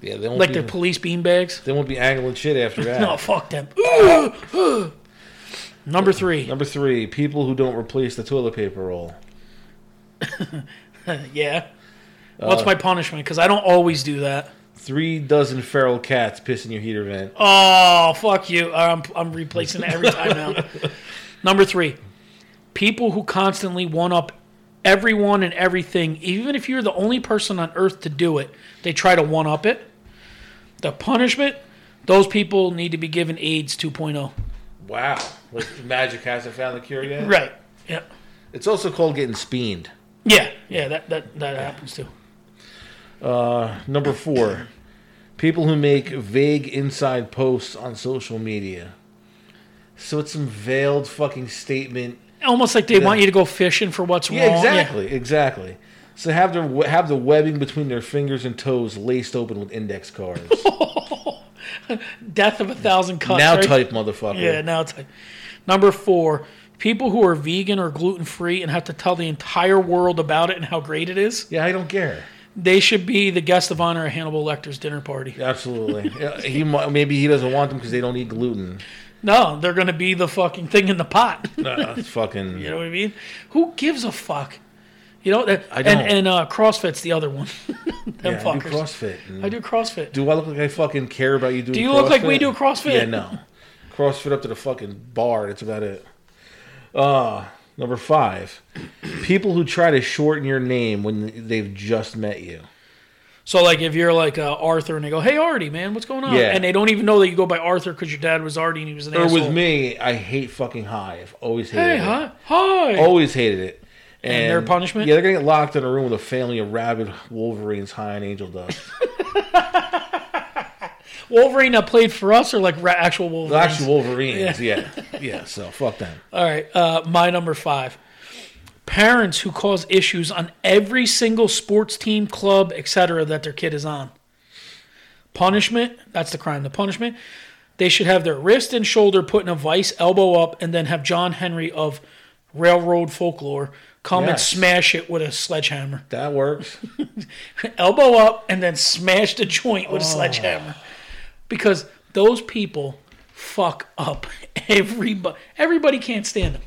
[SPEAKER 6] yeah. They won't
[SPEAKER 2] Like
[SPEAKER 6] be,
[SPEAKER 2] they're police beanbags.
[SPEAKER 6] they won't be angling shit after that.
[SPEAKER 2] No, fuck them. number three.
[SPEAKER 6] Number three, people who don't replace the toilet paper roll.
[SPEAKER 2] Yeah. What's my punishment? Because I don't always do that.
[SPEAKER 6] Three dozen feral cats pissing your heater vent.
[SPEAKER 2] Oh, fuck you. I'm, I'm replacing it every time now. Number three, people who constantly one up everyone and everything, even if you're the only person on earth to do it, they try to one up it. The punishment, those people need to be given AIDS oh. 2.0.
[SPEAKER 6] Wow. Like magic hasn't found the cure yet.
[SPEAKER 2] Right. Yeah.
[SPEAKER 6] It's also called getting speened.
[SPEAKER 2] Yeah. Yeah. That, that, that happens too.
[SPEAKER 6] Number four, people who make vague inside posts on social media. So it's some veiled fucking statement.
[SPEAKER 2] Almost like they want you to go fishing for what's
[SPEAKER 6] Yeah,
[SPEAKER 2] wrong.
[SPEAKER 6] exactly, exactly. So have their we- have the webbing between their fingers and toes laced open with index cards.
[SPEAKER 2] Death of a thousand cuts.
[SPEAKER 6] now
[SPEAKER 2] right?
[SPEAKER 6] type, motherfucker.
[SPEAKER 2] Yeah, now it's like number four. People who are vegan or gluten free and have to tell the entire world about it and how great it is,
[SPEAKER 6] yeah, I don't care.
[SPEAKER 2] they should be the guest of honor at Hannibal Lecter's dinner party.
[SPEAKER 6] Absolutely. Yeah, he mi- maybe he doesn't want them because they don't eat gluten.
[SPEAKER 2] No, they're going to be the fucking thing in the pot. you
[SPEAKER 6] Nah, it's fucking.
[SPEAKER 2] know what I mean? Who gives a fuck? You know, that,
[SPEAKER 6] I don't.
[SPEAKER 2] and, and uh, CrossFit's the other one. Them
[SPEAKER 6] Yeah, I do
[SPEAKER 2] fuckers.
[SPEAKER 6] CrossFit. and-
[SPEAKER 2] I do CrossFit.
[SPEAKER 6] Do I look like I fucking care about you doing?
[SPEAKER 2] Do you look like we do CrossFit?
[SPEAKER 6] Yeah, no. CrossFit up to the fucking bar. That's about it. Uh number five. People who try to shorten your name when they've just met you.
[SPEAKER 2] So, like, if you're like uh, Arthur and they go, hey, Artie, man, what's going on?
[SPEAKER 6] Yeah.
[SPEAKER 2] And they don't even know that you go by Arthur because your dad was Artie and he was an
[SPEAKER 6] Or
[SPEAKER 2] asshole.
[SPEAKER 6] with me, I hate fucking hi. I've always hated
[SPEAKER 2] Hey,
[SPEAKER 6] it.
[SPEAKER 2] hi. Hi.
[SPEAKER 6] Always hated it. And,
[SPEAKER 2] their punishment?
[SPEAKER 6] Yeah, they're gonna get locked in a room with a family of rabid wolverines high on angel dust.
[SPEAKER 2] Wolverine that played for us or like ra- actual
[SPEAKER 6] Well,
[SPEAKER 2] Wolverine?
[SPEAKER 6] actually wolverines, yeah. yeah. so fuck them.
[SPEAKER 2] All right. Uh, my number five parents who cause issues on every single sports team, club, etc. that their kid is on. Punishment that's the crime. The punishment they should have their wrist and shoulder put in a vice, elbow up, and then have John Henry of railroad folklore come and
[SPEAKER 6] Yes.
[SPEAKER 2] smash it with a sledgehammer.
[SPEAKER 6] That works.
[SPEAKER 2] elbow up and then smash the joint
[SPEAKER 6] Oh.
[SPEAKER 2] with a sledgehammer because those people fuck up everybody everybody can't stand them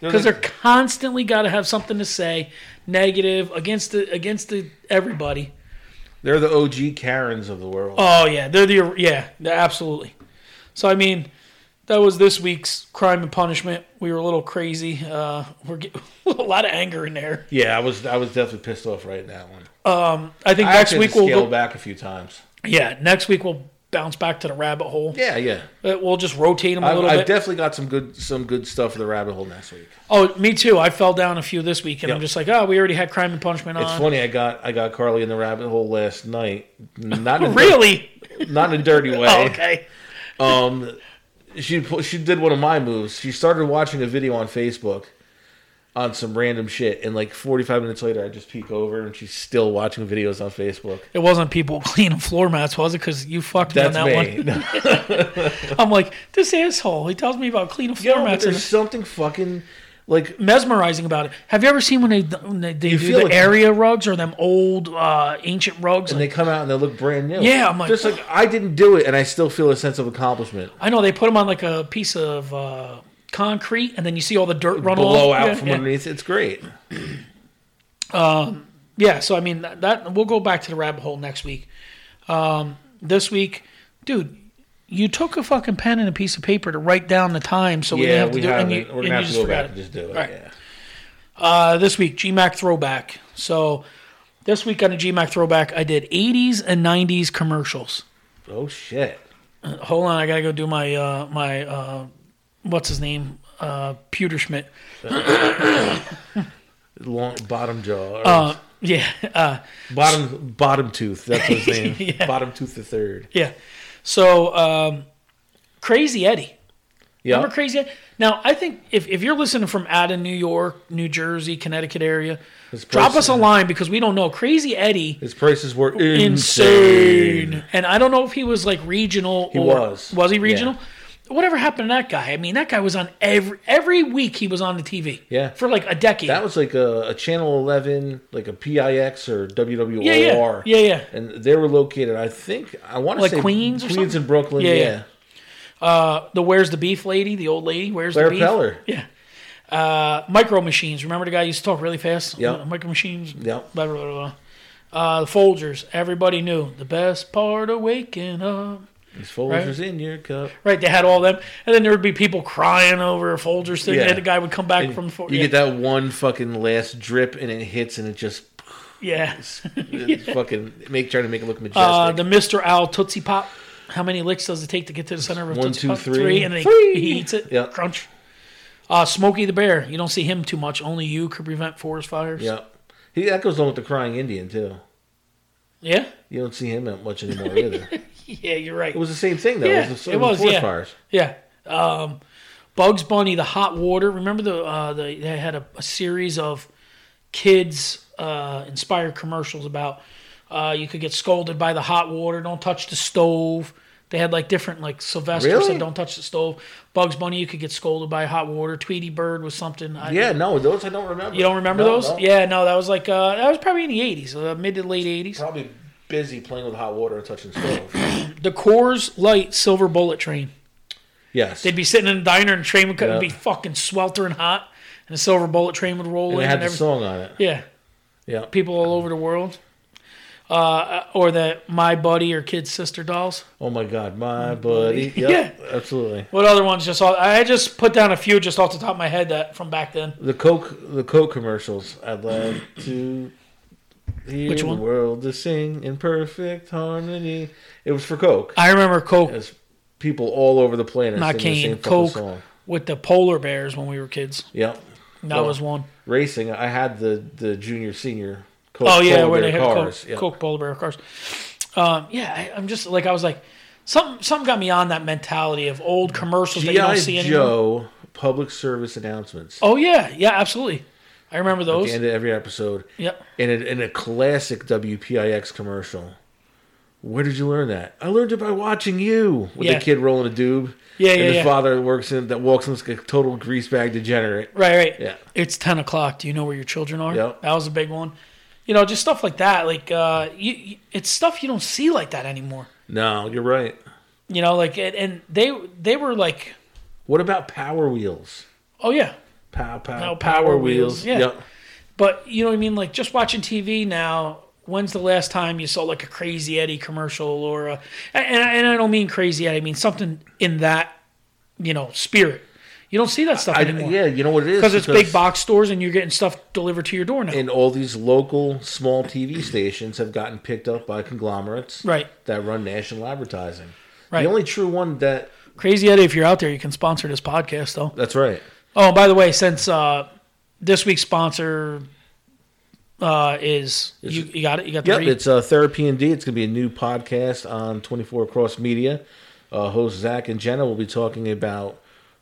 [SPEAKER 2] because they're constantly got to have something to say negative against the against the everybody
[SPEAKER 6] They're the OG Karens of the world.
[SPEAKER 2] oh yeah they're the yeah they're absolutely so i mean that was this week's crime and punishment we were a little crazy uh we're getting a lot of anger in there
[SPEAKER 6] Yeah, I was I was definitely pissed off right now. One.
[SPEAKER 2] i think
[SPEAKER 6] I
[SPEAKER 2] next
[SPEAKER 6] actually
[SPEAKER 2] week
[SPEAKER 6] had to
[SPEAKER 2] we'll
[SPEAKER 6] scale
[SPEAKER 2] go,
[SPEAKER 6] back a few times.
[SPEAKER 2] yeah next week we'll bounce back to the rabbit hole
[SPEAKER 6] Yeah, yeah.
[SPEAKER 2] Uh, We'll just rotate them a
[SPEAKER 6] I,
[SPEAKER 2] little
[SPEAKER 6] I
[SPEAKER 2] bit.
[SPEAKER 6] definitely got some good some good stuff for the rabbit hole next week.
[SPEAKER 2] oh, me too. I fell down a few this week, and I'm
[SPEAKER 6] Yep.
[SPEAKER 2] just like, oh, we already had crime and punishment
[SPEAKER 6] It's
[SPEAKER 2] on.
[SPEAKER 6] funny I got I got Carly in the rabbit hole last night. Not in a
[SPEAKER 2] Really?
[SPEAKER 6] dir- not in a dirty way.
[SPEAKER 2] Oh, okay.
[SPEAKER 6] Um, she pu- she did one of my moves. She started watching a video on Facebook on some random shit, and like 45 minutes later, I just peek over and she's still watching videos on Facebook.
[SPEAKER 2] It wasn't people cleaning floor mats, was it? Because you fucked me on
[SPEAKER 6] That's
[SPEAKER 2] that
[SPEAKER 6] me.
[SPEAKER 2] one. I'm like, this asshole. He tells me about cleaning floor
[SPEAKER 6] No, but
[SPEAKER 2] mats.
[SPEAKER 6] there's
[SPEAKER 2] And,
[SPEAKER 6] something fucking Like
[SPEAKER 2] mesmerizing about it. Have you ever seen when they when they, they
[SPEAKER 6] You
[SPEAKER 2] do
[SPEAKER 6] feel
[SPEAKER 2] the
[SPEAKER 6] like-
[SPEAKER 2] area rugs or them old uh, ancient rugs?
[SPEAKER 6] and they
[SPEAKER 2] Like,
[SPEAKER 6] come out and they look brand new.
[SPEAKER 2] Yeah, I'm like-
[SPEAKER 6] just like I didn't do it, and I still feel a sense of accomplishment.
[SPEAKER 2] I know they put them on like a piece of uh, concrete, and then you see all the dirt run all-
[SPEAKER 6] Blow out
[SPEAKER 2] Yeah,
[SPEAKER 6] from
[SPEAKER 2] yeah.
[SPEAKER 6] underneath. It's great.
[SPEAKER 2] Yeah, so I mean that, that we'll go back to the rabbit hole next week. Um, this week, dude, you took a fucking pen and a piece of paper to write down the time, so we didn't
[SPEAKER 6] yeah,
[SPEAKER 2] have to
[SPEAKER 6] we
[SPEAKER 2] do it.
[SPEAKER 6] haven't.
[SPEAKER 2] And you,
[SPEAKER 6] We're
[SPEAKER 2] and you
[SPEAKER 6] gonna have to
[SPEAKER 2] just
[SPEAKER 6] go
[SPEAKER 2] forgot
[SPEAKER 6] back and
[SPEAKER 2] it.
[SPEAKER 6] just do it.
[SPEAKER 2] All right.
[SPEAKER 6] Yeah.
[SPEAKER 2] Uh, this week, GMAC throwback. So this week on the GMAC throwback, I did 80s and 90s commercials.
[SPEAKER 6] Oh shit.
[SPEAKER 2] Hold on, I gotta go do my uh, my uh, what's his name, uh, Peter Schmidt.
[SPEAKER 6] Long bottom jaw. or
[SPEAKER 2] Uh, yeah, uh,
[SPEAKER 6] bottom bottom tooth. That's what his name. Bottom tooth the third.
[SPEAKER 2] yeah. So um, crazy Eddie.
[SPEAKER 6] Yeah.
[SPEAKER 2] Remember Crazy Eddie? Now, I think if, if you're listening from out of New York, New Jersey, Connecticut area,
[SPEAKER 6] This
[SPEAKER 2] drop
[SPEAKER 6] person-
[SPEAKER 2] us a line because we don't know. Crazy Eddie,
[SPEAKER 6] His prices were insane.
[SPEAKER 2] insane. And I don't know if he was like regional
[SPEAKER 6] He
[SPEAKER 2] or
[SPEAKER 6] was.
[SPEAKER 2] he
[SPEAKER 6] Yeah.
[SPEAKER 2] regional? Whatever happened to that guy? I mean, that guy was on every every week he was on the TV.
[SPEAKER 6] Yeah.
[SPEAKER 2] For like a decade.
[SPEAKER 6] That was like a, a Channel 11, like a PIX or WWOR.
[SPEAKER 2] yeah, yeah. Yeah, yeah.
[SPEAKER 6] And they were located, I think, I want to
[SPEAKER 2] Like
[SPEAKER 6] say
[SPEAKER 2] Queens or
[SPEAKER 6] Queens
[SPEAKER 2] something?
[SPEAKER 6] and Brooklyn.
[SPEAKER 2] Yeah,
[SPEAKER 6] Yeah.
[SPEAKER 2] yeah. The Where's the Beef lady, the old lady, Where's
[SPEAKER 6] Claire
[SPEAKER 2] the Beef?
[SPEAKER 6] Peller.
[SPEAKER 2] Yeah. Uh, micro Machines. Remember the guy used to talk really fast?
[SPEAKER 6] Yep.
[SPEAKER 2] Micro Machines.
[SPEAKER 6] Yep.
[SPEAKER 2] Blah, blah, blah, blah. Uh, the Folgers. Everybody knew. The best part of waking up.
[SPEAKER 6] These Folgers in your cup.
[SPEAKER 2] Right, they had all them. And then there would be people crying over a Folgers thing.
[SPEAKER 6] Yeah.
[SPEAKER 2] And the guy would come back
[SPEAKER 6] And
[SPEAKER 2] from the Fol-
[SPEAKER 6] you
[SPEAKER 2] yeah.
[SPEAKER 6] get that one fucking last drip and it hits and it just
[SPEAKER 2] Yeah.
[SPEAKER 6] it's fucking make trying to make it look majestic.
[SPEAKER 2] Uh, the Mr. Owl Tootsie Pop. How many licks does it take to get to the center of a
[SPEAKER 6] One,
[SPEAKER 2] Tootsie
[SPEAKER 6] two,
[SPEAKER 2] Pop?
[SPEAKER 6] three.
[SPEAKER 2] And then
[SPEAKER 6] Free!
[SPEAKER 2] he, he eats it.
[SPEAKER 6] Yeah.
[SPEAKER 2] Crunch. Uh, Smokey the Bear. You don't see him too much. Only you could prevent forest fires.
[SPEAKER 6] yeah. He, that goes along with the crying Indian, too.
[SPEAKER 2] Yeah?
[SPEAKER 6] You don't see him that much anymore either. it
[SPEAKER 2] Yeah, you're right.
[SPEAKER 6] was the same thing, though.
[SPEAKER 2] yeah,
[SPEAKER 6] it was, the, it was, forest
[SPEAKER 2] yeah.
[SPEAKER 6] fires.
[SPEAKER 2] Yeah. Um, Bugs Bunny, the hot water. Remember the, uh, the they had a, a series of kids uh, inspired commercials about uh, you could get scolded by the hot water. Don't touch the stove. They had like different like Sylvester
[SPEAKER 6] Really?
[SPEAKER 2] said, "Don't touch the stove." Bugs Bunny, you could get scolded by hot water. Tweety Bird was something. I,
[SPEAKER 6] Yeah, no, those I don't remember.
[SPEAKER 2] you don't remember
[SPEAKER 6] No,
[SPEAKER 2] those?
[SPEAKER 6] no.
[SPEAKER 2] Yeah, no, that was like uh, that was probably in the '80s, uh, mid to late '80s.
[SPEAKER 6] Probably busy playing with hot water and touching stove.
[SPEAKER 2] The Coors Light Silver Bullet Train.
[SPEAKER 6] yes.
[SPEAKER 2] They'd be sitting in a diner and the train would cut and be
[SPEAKER 6] Yeah.
[SPEAKER 2] fucking sweltering hot, and a silver bullet train would roll
[SPEAKER 6] and
[SPEAKER 2] in
[SPEAKER 6] it had
[SPEAKER 2] and
[SPEAKER 6] the
[SPEAKER 2] everything.
[SPEAKER 6] song on it.
[SPEAKER 2] Yeah,
[SPEAKER 6] Yeah.
[SPEAKER 2] people all over the world. Uh, or that my buddy or kid sister dolls.
[SPEAKER 6] Oh my God, my buddy.
[SPEAKER 2] Mm-hmm. Yeah.
[SPEAKER 6] Yeah, absolutely.
[SPEAKER 2] What other ones? Just all, I just put down a few just off the top of my head that from back then.
[SPEAKER 6] The Coke, the Coke commercials. I'd love to hear
[SPEAKER 2] Which one?
[SPEAKER 6] the world to sing in perfect harmony. It was for Coke.
[SPEAKER 2] I remember Coke,
[SPEAKER 6] As people all over the planet
[SPEAKER 2] not
[SPEAKER 6] sing the
[SPEAKER 2] Kane,
[SPEAKER 6] same fucking
[SPEAKER 2] Coke
[SPEAKER 6] song.
[SPEAKER 2] with the polar bears when we were kids.
[SPEAKER 6] Yeah.
[SPEAKER 2] That
[SPEAKER 6] Well,
[SPEAKER 2] was one.
[SPEAKER 6] Racing. I had the the junior senior. Coke
[SPEAKER 2] Oh yeah,
[SPEAKER 6] Polar
[SPEAKER 2] where
[SPEAKER 6] Bear
[SPEAKER 2] they had Coke,
[SPEAKER 6] cars. Yeah.
[SPEAKER 2] Coke polar bear cars. Um, yeah, I, I'm just like I was like, something something got me on that mentality of old commercials that you don't see
[SPEAKER 6] GI
[SPEAKER 2] anymore.
[SPEAKER 6] Joe public service announcements.
[SPEAKER 2] Oh yeah, yeah, absolutely. I remember
[SPEAKER 6] at
[SPEAKER 2] those.
[SPEAKER 6] the end of every episode.
[SPEAKER 2] Yep.
[SPEAKER 6] In a, in a classic WPIX commercial. Where did you learn that? I learned it by watching you with
[SPEAKER 2] Yeah.
[SPEAKER 6] the kid rolling a doob.
[SPEAKER 2] Yeah,
[SPEAKER 6] And
[SPEAKER 2] yeah,
[SPEAKER 6] his
[SPEAKER 2] yeah.
[SPEAKER 6] father works in that walks in like a total greasebag degenerate.
[SPEAKER 2] Right, right.
[SPEAKER 6] Yeah.
[SPEAKER 2] It's ten o'clock. Do you know where your children are?
[SPEAKER 6] Yep.
[SPEAKER 2] That was a big one. You know, just stuff like that. Like, uh, you, you, it's stuff you don't see like that anymore.
[SPEAKER 6] No, you're right.
[SPEAKER 2] You know, like, and, and they they were like,
[SPEAKER 6] What about Power Wheels?
[SPEAKER 2] oh yeah,
[SPEAKER 6] Pow pow
[SPEAKER 2] No, Power Wheels, yeah.
[SPEAKER 6] Yep.
[SPEAKER 2] but you know what I mean. Like, just watching TV now. When's the last time you saw like a Crazy Eddie commercial or a, and, and I don't mean Crazy Eddie. I mean something in that you know spirit. You don't see that stuff
[SPEAKER 6] I,
[SPEAKER 2] anymore.
[SPEAKER 6] yeah, you know what it is
[SPEAKER 2] because it's big box stores and you're getting stuff delivered to your door now.
[SPEAKER 6] and all these local small TV stations have gotten picked up by conglomerates
[SPEAKER 2] Right.
[SPEAKER 6] that run national advertising.
[SPEAKER 2] Right.
[SPEAKER 6] The only true one that
[SPEAKER 2] Crazy Eddie, if you're out there, you can sponsor this podcast, though.
[SPEAKER 6] that's right.
[SPEAKER 2] Oh, by the way, since uh, this week's sponsor uh, is you, you got it, you got the
[SPEAKER 6] Yep,
[SPEAKER 2] read?
[SPEAKER 6] it's uh, Therapy and D. It's going to be a new podcast on 24 Across Media. Uh, host Zach and Jenna will be talking about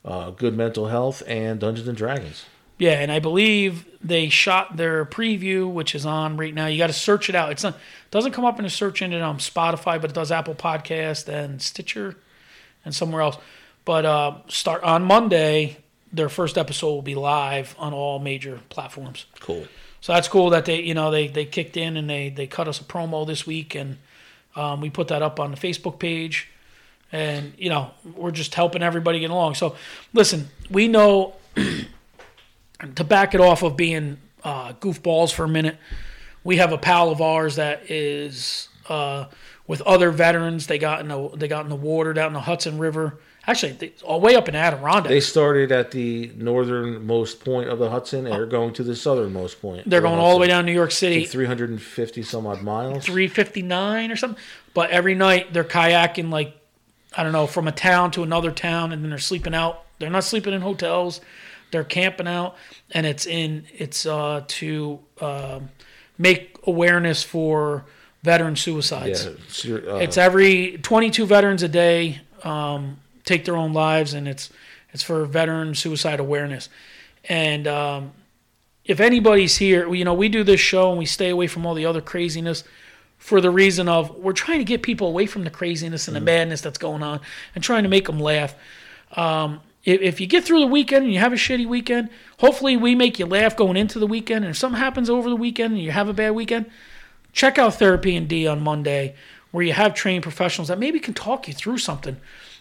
[SPEAKER 6] uh, good mental health and Dungeons and Dragons.
[SPEAKER 2] yeah, and I believe they shot their preview, which is on right now. You got to search it out. It's not doesn't come up in a search engine on Spotify, but it does Apple Podcast and Stitcher and somewhere else. But uh, start on Monday. their first episode will be live on all major platforms.
[SPEAKER 6] Cool.
[SPEAKER 2] So that's cool that they, you know, they they kicked in and they they cut us a promo this week, and um, we put that up on the Facebook page, and you know, we're just helping everybody get along. So listen, we know to back it off of being uh, goofballs for a minute. We have a pal of ours that is uh, with other veterans. They got in the they got in the water down in the Hudson River. Actually, they, all way up in Adirondack.
[SPEAKER 6] They started at the northernmost point of the Hudson and are going to the southernmost point.
[SPEAKER 2] They're going all the way down New York City.
[SPEAKER 6] 350 some odd miles.
[SPEAKER 2] 359 or something. But every night they're kayaking, like, I don't know, from a town to another town, and then they're sleeping out. They're not sleeping in hotels. They're camping out, and it's in it's uh, to um, make awareness for veteran
[SPEAKER 6] Yeah,
[SPEAKER 2] suicides.
[SPEAKER 6] ser- uh,
[SPEAKER 2] It's every 22 veterans a day um, take their own lives, and it's it's for veteran suicide awareness. And um, if anybody's here, you know, we do this show and we stay away from all the other craziness for the reason of we're trying to get people away from the craziness and the madness that's going on and trying to make them laugh. Um, if, if you get through the weekend and you have a shitty weekend, hopefully we make you laugh going into the weekend. And if something happens over the weekend and you have a bad weekend, check out Therapy and D on Monday, where you have trained professionals that maybe can talk you through something.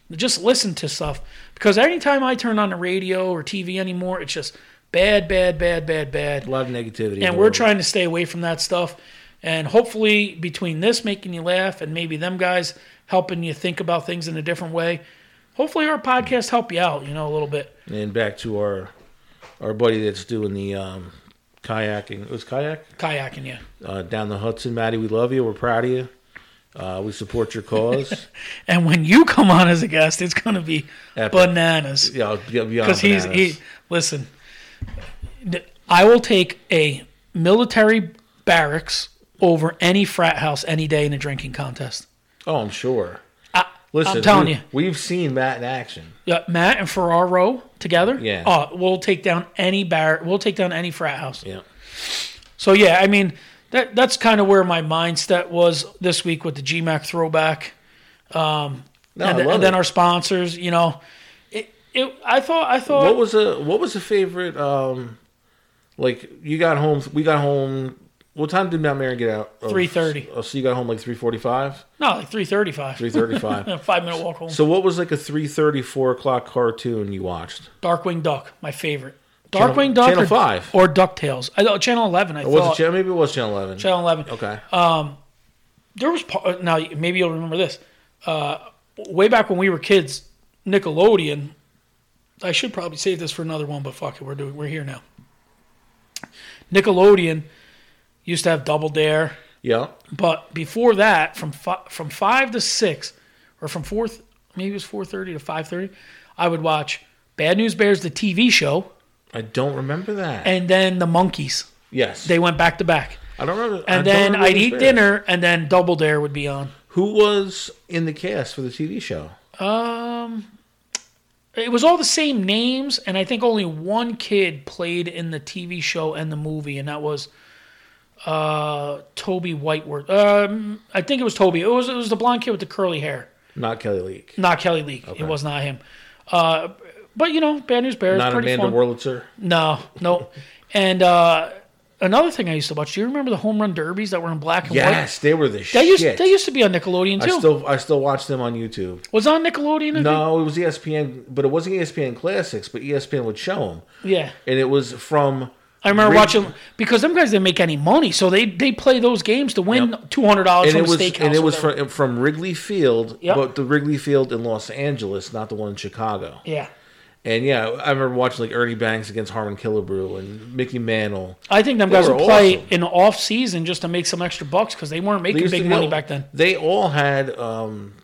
[SPEAKER 2] Just listen to stuff. Because anytime I turn on the radio or TV anymore, it's just bad, bad, bad, bad, bad.
[SPEAKER 6] a lot of negativity.
[SPEAKER 2] And we're trying to stay away from that stuff. And hopefully, between this making you laugh and maybe them guys helping you think about things in a different way, hopefully our podcast help you out, you know, a little bit.
[SPEAKER 6] And back to our our buddy that's doing the um, kayaking. It was kayak?
[SPEAKER 2] Kayaking you.
[SPEAKER 6] Uh, down the Hudson. Maddie, we love you. We're proud of you. Uh, we support your cause.
[SPEAKER 2] And when you come on as a guest, it's going to be
[SPEAKER 6] Epic.
[SPEAKER 2] bananas.
[SPEAKER 6] yeah,
[SPEAKER 2] because
[SPEAKER 6] because
[SPEAKER 2] he's he. Listen, th- I will take a military barracks over any frat house any day in a drinking contest.
[SPEAKER 6] Oh, I'm sure.
[SPEAKER 2] I,
[SPEAKER 6] Listen,
[SPEAKER 2] I'm telling
[SPEAKER 6] we,
[SPEAKER 2] you,
[SPEAKER 6] we've seen Matt in action.
[SPEAKER 2] yeah, Matt and Ferraro together.
[SPEAKER 6] Yeah.
[SPEAKER 2] uh, we'll take down any bar. We'll take down any frat house.
[SPEAKER 6] Yeah,
[SPEAKER 2] So yeah, I mean that that's kind of where my mindset was this week with the GMAC throwback.
[SPEAKER 6] no,
[SPEAKER 2] and,
[SPEAKER 6] Oh, I
[SPEAKER 2] th-
[SPEAKER 6] love
[SPEAKER 2] and then
[SPEAKER 6] it.
[SPEAKER 2] our sponsors, you know, it, it, I thought I thought
[SPEAKER 6] what was a what was a favorite? Um, like you got home, we got home. What time did Mount Mary get out? of-
[SPEAKER 2] 3:30.
[SPEAKER 6] Oh, so you got home like three forty-five,
[SPEAKER 2] no like three thirty five.
[SPEAKER 6] three thirty-five.
[SPEAKER 2] Five minute walk home.
[SPEAKER 6] so what was like a three thirty, four o'clock cartoon you watched?
[SPEAKER 2] Darkwing Duck, my favorite.
[SPEAKER 6] Channel-
[SPEAKER 2] Darkwing Duck
[SPEAKER 6] Channel
[SPEAKER 2] or,
[SPEAKER 6] five.
[SPEAKER 2] or DuckTales. I thought Channel 11, I
[SPEAKER 6] Or
[SPEAKER 2] thought.
[SPEAKER 6] was it channel? Maybe it was channel eleven.
[SPEAKER 2] Channel Uh, 11.
[SPEAKER 6] okay.
[SPEAKER 2] There was pa- uh, now maybe you'll remember this. Uh, way back when we were kids, Nickelodeon I should probably save this for another one, but fuck it, we're doing we're here now. Nickelodeon used to have Double Dare,
[SPEAKER 6] yeah.
[SPEAKER 2] but before that, from fi- from five to six, or from four, th- maybe it was four thirty to five thirty, I would watch Bad News Bears, the TV show,
[SPEAKER 6] I don't remember that.
[SPEAKER 2] and then the Monkeys.
[SPEAKER 6] yes.
[SPEAKER 2] They went back to back.
[SPEAKER 6] I don't remember. I
[SPEAKER 2] And
[SPEAKER 6] don't
[SPEAKER 2] then
[SPEAKER 6] remember
[SPEAKER 2] I'd
[SPEAKER 6] the
[SPEAKER 2] eat
[SPEAKER 6] fair.
[SPEAKER 2] dinner, and then Double Dare would be on.
[SPEAKER 6] Who was in the cast for the TV show?
[SPEAKER 2] It was all the same names, and I think only one kid played in the TV show and the movie, and that was uh, Toby Whiteworth. Um, I think it was Toby. It was it was the blonde kid with the curly hair,
[SPEAKER 6] Not Kelly Leak.
[SPEAKER 2] not Kelly Leak. It was not him. Uh, but you know, Bad News Bears,
[SPEAKER 6] Not
[SPEAKER 2] pretty
[SPEAKER 6] Amanda
[SPEAKER 2] fun.
[SPEAKER 6] Wurlitzer.
[SPEAKER 2] No, no. and uh, another thing I used to watch. Do you remember the home run derbies that were in black and white?
[SPEAKER 6] Yes, they were the
[SPEAKER 2] They
[SPEAKER 6] shit.
[SPEAKER 2] used they used to be on Nickelodeon
[SPEAKER 6] I
[SPEAKER 2] too.
[SPEAKER 6] still I still watch them on YouTube.
[SPEAKER 2] was it on Nickelodeon. I think?
[SPEAKER 6] No, it was E ESPN, but it wasn't E ESPN Classics, but E ESPN would show them,
[SPEAKER 2] Yeah.
[SPEAKER 6] and it was from.
[SPEAKER 2] I remember
[SPEAKER 6] Rig-
[SPEAKER 2] watching because them guys didn't make any money, so they they play those games to win two hundred dollars from
[SPEAKER 6] And it
[SPEAKER 2] a
[SPEAKER 6] was
[SPEAKER 2] steakhouse.
[SPEAKER 6] and
[SPEAKER 2] or
[SPEAKER 6] it was
[SPEAKER 2] whatever.
[SPEAKER 6] from from Wrigley Field,
[SPEAKER 2] Yep.
[SPEAKER 6] but the Wrigley Field in Los Angeles, not the one in Chicago.
[SPEAKER 2] yeah.
[SPEAKER 6] And yeah, I remember watching like Ernie Banks against Harmon Killebrew and Mickey Mantle.
[SPEAKER 2] I think them
[SPEAKER 6] They
[SPEAKER 2] guys
[SPEAKER 6] were
[SPEAKER 2] would play
[SPEAKER 6] awesome.
[SPEAKER 2] in the off season just to make some extra bucks because they weren't
[SPEAKER 6] They
[SPEAKER 2] making
[SPEAKER 6] used
[SPEAKER 2] big
[SPEAKER 6] to
[SPEAKER 2] money
[SPEAKER 6] go-
[SPEAKER 2] back then.
[SPEAKER 6] They all had um,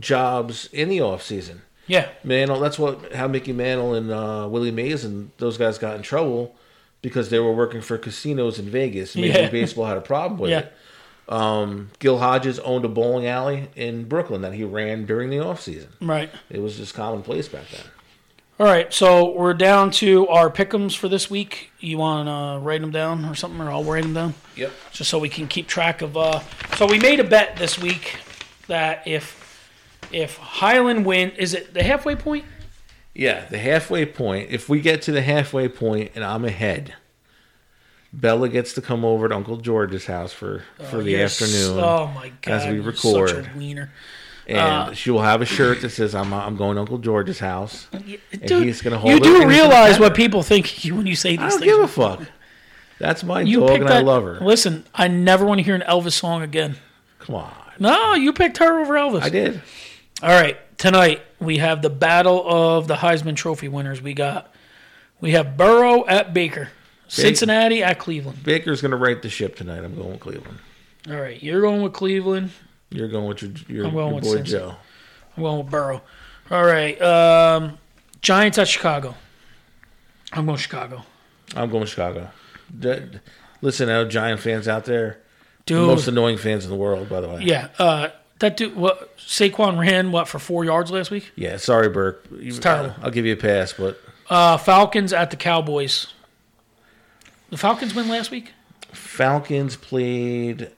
[SPEAKER 6] jobs in the off season.
[SPEAKER 2] Yeah,
[SPEAKER 6] Mantle. That's what how Mickey Mantle and uh, Willie Mays and those guys got in trouble because they were working for casinos in Vegas. Major
[SPEAKER 2] Yeah.
[SPEAKER 6] League Baseball had a problem with
[SPEAKER 2] Yeah.
[SPEAKER 6] it. Um, Gil Hodges owned a bowling alley in Brooklyn that he ran during the off season.
[SPEAKER 2] right.
[SPEAKER 6] It was just commonplace back then.
[SPEAKER 2] All right, so we're down to our pickums for this week. You want to write them down or something, or I'll write them down
[SPEAKER 6] Yep.
[SPEAKER 2] just so we can keep track of. Uh, so we made a bet this week that if if Highland win, is it the halfway point?
[SPEAKER 6] Yeah, the halfway point. If we get to the halfway point and I'm ahead, Bella gets to come over to Uncle George's house for for the
[SPEAKER 2] Yes.
[SPEAKER 6] afternoon.
[SPEAKER 2] Oh my god!
[SPEAKER 6] as we
[SPEAKER 2] you're
[SPEAKER 6] record,
[SPEAKER 2] such a wiener.
[SPEAKER 6] and
[SPEAKER 2] Uh,
[SPEAKER 6] she will have a shirt that says "I'm I'm going to Uncle George's house." And
[SPEAKER 2] Dude,
[SPEAKER 6] he's gonna
[SPEAKER 2] you
[SPEAKER 6] hold it
[SPEAKER 2] do
[SPEAKER 6] in his
[SPEAKER 2] realize
[SPEAKER 6] hand.
[SPEAKER 2] what people think you when you say these
[SPEAKER 6] I don't
[SPEAKER 2] things.
[SPEAKER 6] give a fuck. That's my
[SPEAKER 2] you
[SPEAKER 6] dog,
[SPEAKER 2] picked
[SPEAKER 6] and
[SPEAKER 2] that.
[SPEAKER 6] I love her.
[SPEAKER 2] Listen, I never want to hear an Elvis song again.
[SPEAKER 6] Come on,
[SPEAKER 2] No, you picked her over Elvis.
[SPEAKER 6] I did.
[SPEAKER 2] All right, tonight we have the battle of the Heisman Trophy winners. We got we have Burrow at Baker, Cincinnati at Cleveland.
[SPEAKER 6] Baker's gonna write the ship tonight. I'm going with Cleveland.
[SPEAKER 2] All right, you're going with Cleveland.
[SPEAKER 6] You're going with your your,
[SPEAKER 2] going
[SPEAKER 6] your
[SPEAKER 2] with
[SPEAKER 6] boy
[SPEAKER 2] Cincy.
[SPEAKER 6] Joe.
[SPEAKER 2] I'm going with Burrow. All right, um, Giants at Chicago. I'm going Chicago,
[SPEAKER 6] I'm going Chicago. D- Listen, I know Giant fans out there,
[SPEAKER 2] dude.
[SPEAKER 6] most annoying fans in the world, by the way.
[SPEAKER 2] yeah, uh, that dude. What Saquon ran what for four yards last week?
[SPEAKER 6] Yeah, sorry, Burke. It's
[SPEAKER 2] terrible.
[SPEAKER 6] I'll give you a pass, but
[SPEAKER 2] Uh, Falcons at the Cowboys. The Falcons win last week.
[SPEAKER 6] Falcons played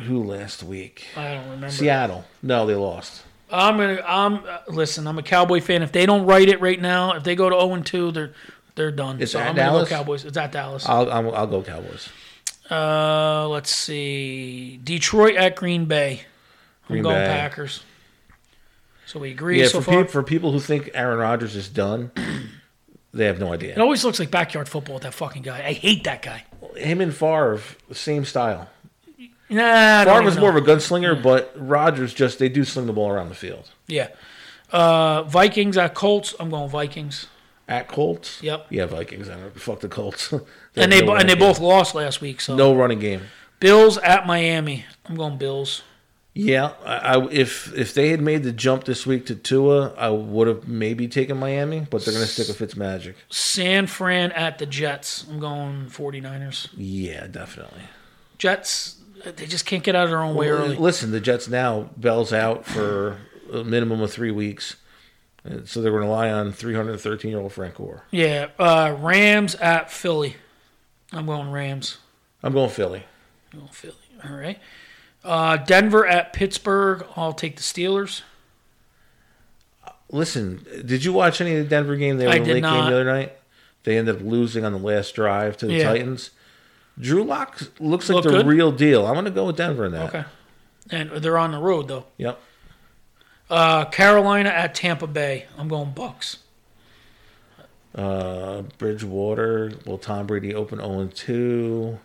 [SPEAKER 6] who last week?
[SPEAKER 2] I don't remember.
[SPEAKER 6] Seattle. No, they lost.
[SPEAKER 2] I'm gonna. I'm uh, listen. I'm a Cowboy fan. If they don't write it right now, if they go to 0 and 2, they're they're done.
[SPEAKER 6] It's
[SPEAKER 2] so
[SPEAKER 6] at
[SPEAKER 2] I'm
[SPEAKER 6] Dallas? Uh,
[SPEAKER 2] go Cowboys. It's at Dallas.
[SPEAKER 6] I'll I'm, I'll go Cowboys.
[SPEAKER 2] Uh, let's see. Detroit at Green Bay.
[SPEAKER 6] Green
[SPEAKER 2] I'm going
[SPEAKER 6] Bay.
[SPEAKER 2] Packers. So we agree
[SPEAKER 6] Yeah,
[SPEAKER 2] so
[SPEAKER 6] for,
[SPEAKER 2] far.
[SPEAKER 6] people for people who think Aaron Rodgers is done, they have no idea.
[SPEAKER 2] it always looks like backyard football with that fucking guy. I hate that guy.
[SPEAKER 6] Him and Favre, same style.
[SPEAKER 2] Nah, I don't
[SPEAKER 6] Favre
[SPEAKER 2] even
[SPEAKER 6] was
[SPEAKER 2] know.
[SPEAKER 6] more of a gunslinger, but Rodgers just they do sling the ball around the field.
[SPEAKER 2] yeah. Uh, Vikings at Colts. I'm going Vikings.
[SPEAKER 6] At Colts,
[SPEAKER 2] Yep.
[SPEAKER 6] yeah, Vikings. I don't fuck the Colts,
[SPEAKER 2] And
[SPEAKER 6] have
[SPEAKER 2] they
[SPEAKER 6] no
[SPEAKER 2] bo-
[SPEAKER 6] running
[SPEAKER 2] and they
[SPEAKER 6] game.
[SPEAKER 2] both lost last week. So
[SPEAKER 6] no running game.
[SPEAKER 2] Bills at Miami. I'm going Bills.
[SPEAKER 6] Yeah, I, I, if if they had made the jump this week to Tua, I would have maybe taken Miami, but they're going to stick with Fitzmagic.
[SPEAKER 2] San Fran at the Jets. I'm going 49ers.
[SPEAKER 6] Yeah, definitely.
[SPEAKER 2] Jets, they just can't get out of their own way early.
[SPEAKER 6] Listen, the Jets now bells out for a minimum of three weeks, and so they're going to rely on 313 year old Frank Gore.
[SPEAKER 2] Yeah, uh, Rams at Philly. I'm going Rams.
[SPEAKER 6] I'm going Philly.
[SPEAKER 2] I'm going Philly. All right. Uh, Denver at Pittsburgh. I'll take the Steelers.
[SPEAKER 6] Listen, did you watch any of the Denver game? They were
[SPEAKER 2] I
[SPEAKER 6] in the
[SPEAKER 2] did
[SPEAKER 6] late game
[SPEAKER 2] not.
[SPEAKER 6] the other night. They ended up losing on the last drive to the
[SPEAKER 2] Yeah.
[SPEAKER 6] Titans. Drew Lock looks like
[SPEAKER 2] Look
[SPEAKER 6] the
[SPEAKER 2] good?
[SPEAKER 6] real deal. I'm going to go with Denver in that.
[SPEAKER 2] Okay. And they're on the road though.
[SPEAKER 6] Yep.
[SPEAKER 2] Uh, Carolina at Tampa Bay. I'm going Bucks.
[SPEAKER 6] Uh, Bridgewater. Will Tom Brady open 0 2?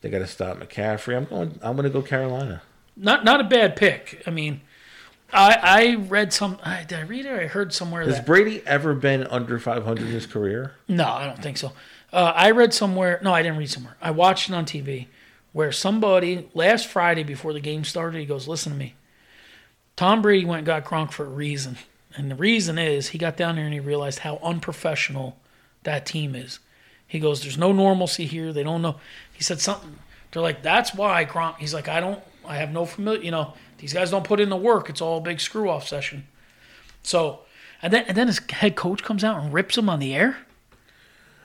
[SPEAKER 6] They got to stop McCaffrey. I'm going. I'm going to go Carolina.
[SPEAKER 2] Not not a bad pick. I mean, I I read some. I, did I read it? Or I heard somewhere
[SPEAKER 6] Has
[SPEAKER 2] that
[SPEAKER 6] Brady ever been under 500 in his career?
[SPEAKER 2] No, I don't think so. Uh, I read somewhere. No, I didn't read somewhere. I watched it on TV where somebody last Friday before the game started, he goes, "Listen to me. Tom Brady went and got Gronk for a reason, and the reason is he got down there and he realized how unprofessional that team is. He goes, "There's no normalcy here. They don't know." He said something. They're like, "That's why Gronk." He's like, "I don't. I have no familiar. You know, these guys don't put in the work. It's all a big screw off session." So, and then and then his head coach comes out and rips him on the air.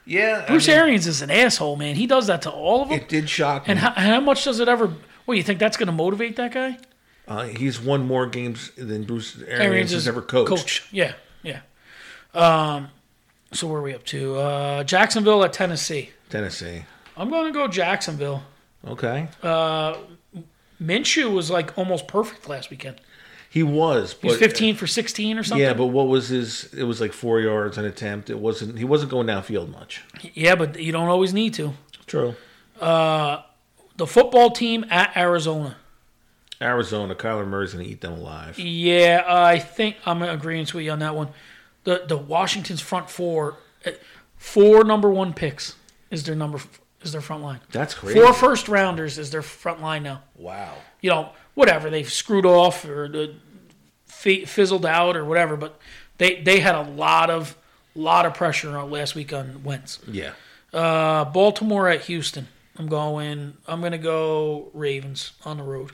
[SPEAKER 6] Yeah.
[SPEAKER 2] Bruce Arians is an asshole, man. He does that to all of them.
[SPEAKER 6] It did shock me.
[SPEAKER 2] and how, how much does it ever? Well, you think that's going to motivate that guy?
[SPEAKER 6] uh, he's won more games than Bruce Arians, has
[SPEAKER 2] is
[SPEAKER 6] ever coached.
[SPEAKER 2] Coach, yeah, yeah. Um, so where are we up to? Uh, Jacksonville at Tennessee.
[SPEAKER 6] Tennessee.
[SPEAKER 2] I'm going to go Jacksonville.
[SPEAKER 6] Okay.
[SPEAKER 2] Uh, Minshew was like almost perfect last weekend.
[SPEAKER 6] he was.
[SPEAKER 2] He was
[SPEAKER 6] but- uh,
[SPEAKER 2] 15 for 16 or something.
[SPEAKER 6] Yeah, but what was his? It was like four yards an attempt. It wasn't. He wasn't going downfield much.
[SPEAKER 2] yeah, but you don't always need to.
[SPEAKER 6] True.
[SPEAKER 2] The football team at Arizona.
[SPEAKER 6] Arizona. Kyler Murray's gonna eat them alive.
[SPEAKER 2] Yeah, I think I'm in agreement with you on that one. The the Washington's front four, eh, four number one picks is their number is their front line.
[SPEAKER 6] That's crazy.
[SPEAKER 2] Four first rounders is their front line now.
[SPEAKER 6] Wow.
[SPEAKER 2] You know, whatever they've screwed off or the fi- fizzled out or whatever, but they they had a lot of lot of pressure on last week on Wentz.
[SPEAKER 6] Yeah.
[SPEAKER 2] Uh, Baltimore at Houston. I'm going. I'm going to go Ravens on the road.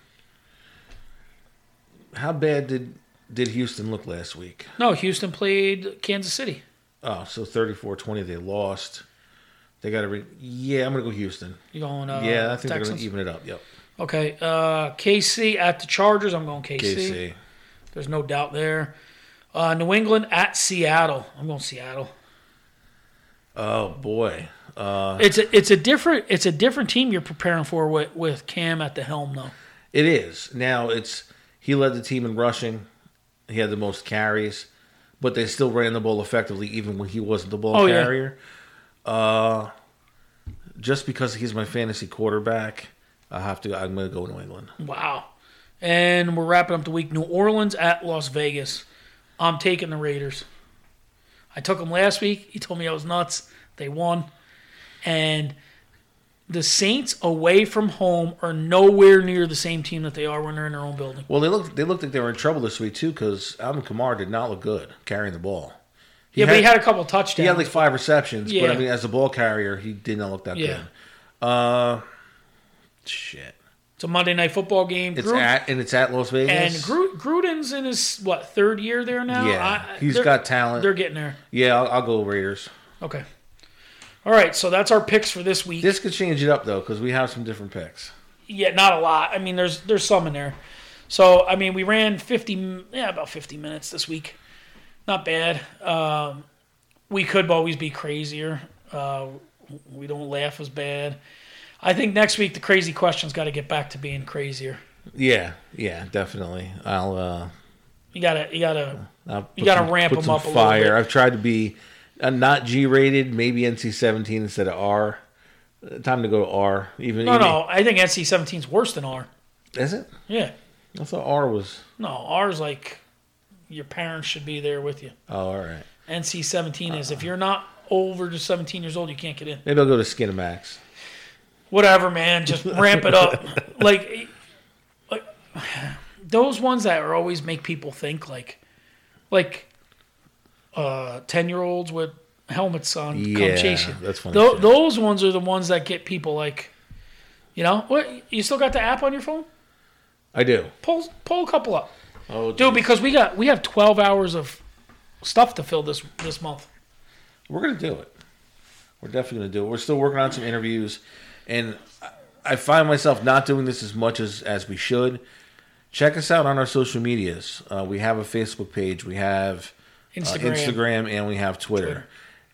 [SPEAKER 6] How bad did did Houston look last week?
[SPEAKER 2] No, Houston played Kansas City.
[SPEAKER 6] Oh, so 34-20 they lost. They got to re- Yeah, I'm going to go Houston.
[SPEAKER 2] You going? Uh,
[SPEAKER 6] yeah, I think they're going
[SPEAKER 2] Texans?
[SPEAKER 6] to even it up. Yep.
[SPEAKER 2] Okay, uh, KC at the Chargers. I'm going KC.
[SPEAKER 6] KC.
[SPEAKER 2] There's no doubt there. Uh, New England at Seattle. I'm going Seattle.
[SPEAKER 6] Oh boy. Uh,
[SPEAKER 2] It's a it's a different it's a different team you're preparing for with, with Cam at the helm though.
[SPEAKER 6] it is. Now it's he led the team in rushing. He had the most carries, but they still ran the ball effectively even when he wasn't the ball
[SPEAKER 2] Oh, yeah.
[SPEAKER 6] carrier. Uh just because he's my fantasy quarterback, I have to I'm going to go New England.
[SPEAKER 2] Wow. And we're wrapping up the week. New Orleans at Las Vegas. I'm taking the Raiders. I took them last week. He told me I was nuts. They won. And the Saints away from home are nowhere near the same team that they are when they're in their own building.
[SPEAKER 6] Well, they looked they looked like they were in trouble this week too cuz Alvin Kamara did not look good carrying the ball.
[SPEAKER 2] yeah, but he had a couple
[SPEAKER 6] he
[SPEAKER 2] touchdowns.
[SPEAKER 6] had like five receptions, but
[SPEAKER 2] Yeah.
[SPEAKER 6] I mean, as a ball carrier, he did not look that
[SPEAKER 2] Yeah.
[SPEAKER 6] good. Uh, shit.
[SPEAKER 2] it's a Monday night football game.
[SPEAKER 6] It's
[SPEAKER 2] Gruden-
[SPEAKER 6] at and it's at Las
[SPEAKER 2] and
[SPEAKER 6] Vegas.
[SPEAKER 2] Gru- Gruden's in his what third year there now.
[SPEAKER 6] Yeah,
[SPEAKER 2] I-
[SPEAKER 6] he's
[SPEAKER 2] they're-
[SPEAKER 6] got talent.
[SPEAKER 2] They're getting there.
[SPEAKER 6] Yeah, I'll, I'll go Raiders.
[SPEAKER 2] Okay. All right, so that's our picks for this week.
[SPEAKER 6] This could change it up though, because we have some different picks.
[SPEAKER 2] yeah, not a lot. I mean, there's there's some in there. So I mean, we ran 50, m- yeah, about 50 minutes this week. Not bad. Um, we could always be crazier. Uh, we don't laugh as bad. I think next week the crazy questions got to get back to being crazier.
[SPEAKER 6] Yeah, yeah, definitely. I'll. uh
[SPEAKER 2] You gotta, you gotta.
[SPEAKER 6] I'll put
[SPEAKER 2] gotta ramp
[SPEAKER 6] put
[SPEAKER 2] them
[SPEAKER 6] some
[SPEAKER 2] up a little
[SPEAKER 6] fire.
[SPEAKER 2] bit.
[SPEAKER 6] I've tried to be uh, not G rated, maybe NC seventeen instead of R. Uh, Time to go to R. Even
[SPEAKER 2] No,
[SPEAKER 6] even-
[SPEAKER 2] no, I think NC 17's worse than R.
[SPEAKER 6] is it?
[SPEAKER 2] Yeah,
[SPEAKER 6] I thought R was.
[SPEAKER 2] no, R's like your parents should be there with you.
[SPEAKER 6] Oh, all right.
[SPEAKER 2] NC 17 is if you're not over to 17 years old, you can't get in.
[SPEAKER 6] Maybe I'll go to Skinamax.
[SPEAKER 2] whatever, man. Just ramp it up. Like, like those ones that are always make people think, like, like uh ten year olds with helmets on
[SPEAKER 6] Yeah,
[SPEAKER 2] come chase you.
[SPEAKER 6] that's funny
[SPEAKER 2] Tho-
[SPEAKER 6] shit.
[SPEAKER 2] those ones are the ones that get people like, you know, what you still got the app on your phone?
[SPEAKER 6] I do.
[SPEAKER 2] Pull pull a couple up,
[SPEAKER 6] Oh,
[SPEAKER 2] dude, because we got we have twelve hours of stuff to fill this this month.
[SPEAKER 6] We're gonna do it. We're definitely gonna do it. We're still working on some interviews, and I- I find myself not doing this as much as as we should. Check us out on our social medias. Uh, we have a Facebook page. We have uh,
[SPEAKER 2] Instagram.
[SPEAKER 6] Instagram, and we have Twitter.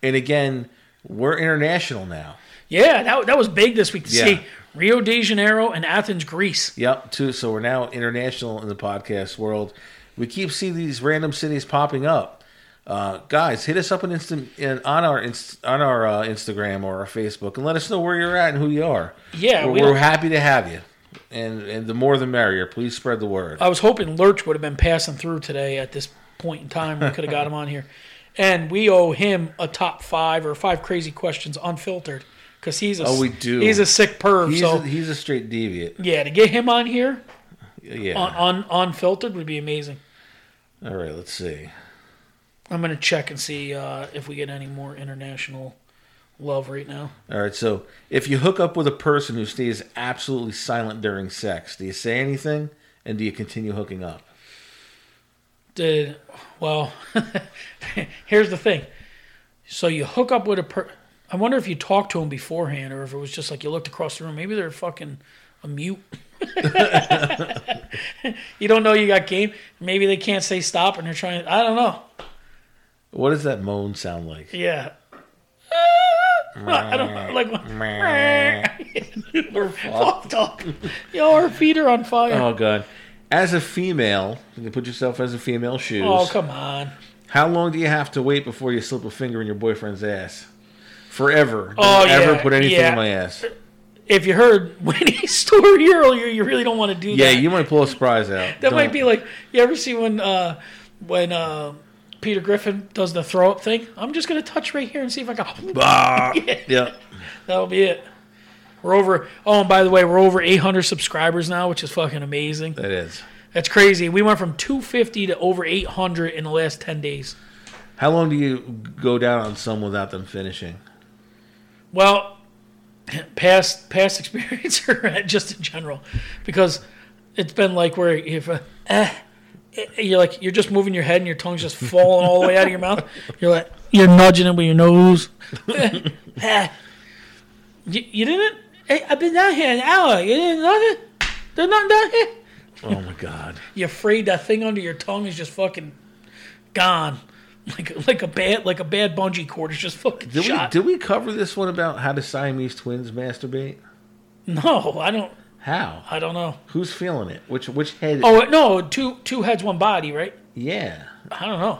[SPEAKER 6] And again, we're international now.
[SPEAKER 2] Yeah, that that was big this week to
[SPEAKER 6] Yeah.
[SPEAKER 2] see Rio de Janeiro and Athens, Greece.
[SPEAKER 6] Yep, too. So we're now international in the podcast world. We keep seeing these random cities popping up. Uh, guys, hit us up on instant in, on our inst, on our uh, Instagram or our Facebook, and let us know where you're at and who you are.
[SPEAKER 2] Yeah,
[SPEAKER 6] we're,
[SPEAKER 2] we
[SPEAKER 6] we're
[SPEAKER 2] don't-
[SPEAKER 6] happy to have you, and and the more the merrier. Please spread the word.
[SPEAKER 2] I was hoping Lurch would have been passing through today at this point in time. We could have got him on here. And we owe him a top five or five crazy questions unfiltered because he's a,
[SPEAKER 6] Oh, we do.
[SPEAKER 2] he's a sick perv.
[SPEAKER 6] he's,
[SPEAKER 2] so
[SPEAKER 6] a, he's a straight deviant.
[SPEAKER 2] yeah, to get him on here
[SPEAKER 6] Yeah.
[SPEAKER 2] on, on unfiltered would be amazing.
[SPEAKER 6] All right. Let's see.
[SPEAKER 2] I'm gonna check and see uh, if we get any more international love right now.
[SPEAKER 6] All right. So if you hook up with a person who stays absolutely silent during sex, do you say anything, and do you continue hooking up?
[SPEAKER 2] Did well. here's the thing. So you hook up with a per. I wonder if you talked to him beforehand, or if it was just like you looked across the room. Maybe they're fucking a mute. you don't know you got game. Maybe they can't say stop, and they're trying. I don't know.
[SPEAKER 6] What does that moan sound like?
[SPEAKER 2] Yeah. I don't know. Like we're fucked up. Yo, our feet are on fire.
[SPEAKER 6] Oh god. As a female, you can put yourself as a female shoes.
[SPEAKER 2] oh come on.
[SPEAKER 6] How long do you have to wait before you slip a finger in your boyfriend's ass? Forever. Don't
[SPEAKER 2] Oh, yeah,
[SPEAKER 6] ever put anything
[SPEAKER 2] yeah.
[SPEAKER 6] in my ass.
[SPEAKER 2] If you heard Winnie's story earlier, you really don't want to do
[SPEAKER 6] Yeah,
[SPEAKER 2] that.
[SPEAKER 6] you might pull a surprise out.
[SPEAKER 2] That might be like you ever see when uh, when uh, Peter Griffin does the throw up thing. I'm just gonna touch right here and see if I can.
[SPEAKER 6] Ah, yeah.
[SPEAKER 2] That'll be it. We're over. Oh, and by the way, we're over 800 subscribers now, which is fucking amazing.
[SPEAKER 6] That is.
[SPEAKER 2] That's crazy. We went from 250 to over 800 in the last 10 days.
[SPEAKER 6] How long do you go down on some without them finishing?
[SPEAKER 2] Well, past past experience or just in general, because it's been like where if uh, eh, you're like you're just moving your head and your tongue's just falling all the way out of your mouth. You're like you're nudging it with your nose. Eh. you, you didn't. Hey, I've been down here an hour. You didn't nothing. There's nothing down here.
[SPEAKER 6] Oh my god.
[SPEAKER 2] You're afraid that thing under your tongue is just fucking gone. Like like a bad like a bad bungee cord is just fucking
[SPEAKER 6] Did we,
[SPEAKER 2] shot.
[SPEAKER 6] did we cover this one about how the Siamese twins masturbate?
[SPEAKER 2] no, I don't.
[SPEAKER 6] How?
[SPEAKER 2] I don't know.
[SPEAKER 6] Who's feeling it? Which which head?
[SPEAKER 2] Oh no, two two heads, one body, right?
[SPEAKER 6] yeah.
[SPEAKER 2] I don't know.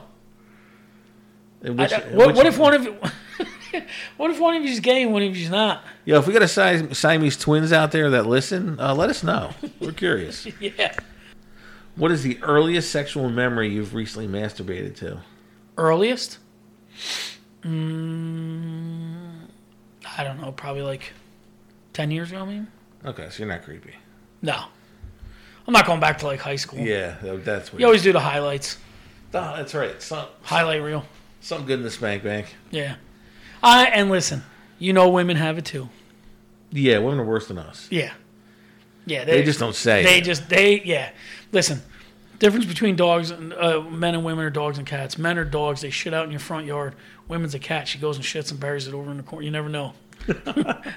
[SPEAKER 6] And
[SPEAKER 2] I
[SPEAKER 6] Which,
[SPEAKER 2] don't- what,
[SPEAKER 6] which-
[SPEAKER 2] what if one of you? what if one of you's gay and one of you's not?
[SPEAKER 6] Yo, if we got a Si- Siamese twins out there that listen, uh, let us know. We're curious.
[SPEAKER 2] Yeah.
[SPEAKER 6] What is the earliest sexual memory you've recently masturbated to?
[SPEAKER 2] Earliest? Mm, I don't know. Probably like ten years ago. I mean,
[SPEAKER 6] Okay, so you're not creepy.
[SPEAKER 2] no. I'm not going back to like high school.
[SPEAKER 6] Yeah, that- that's weird.
[SPEAKER 2] You always do the highlights,
[SPEAKER 6] Nah, Oh, that's right. Some,
[SPEAKER 2] highlight reel.
[SPEAKER 6] something good in the spank bank.
[SPEAKER 2] Yeah. I and listen, you know, women have it too.
[SPEAKER 6] Yeah, women are worse than us.
[SPEAKER 2] Yeah. Yeah.
[SPEAKER 6] They just don't say.
[SPEAKER 2] They
[SPEAKER 6] it.
[SPEAKER 2] just they yeah. Listen, difference between dogs and uh, men and women are dogs and cats. Men are dogs; they shit out in your front yard. Women's a cat; she goes and shits and buries it over in the corner. You never know.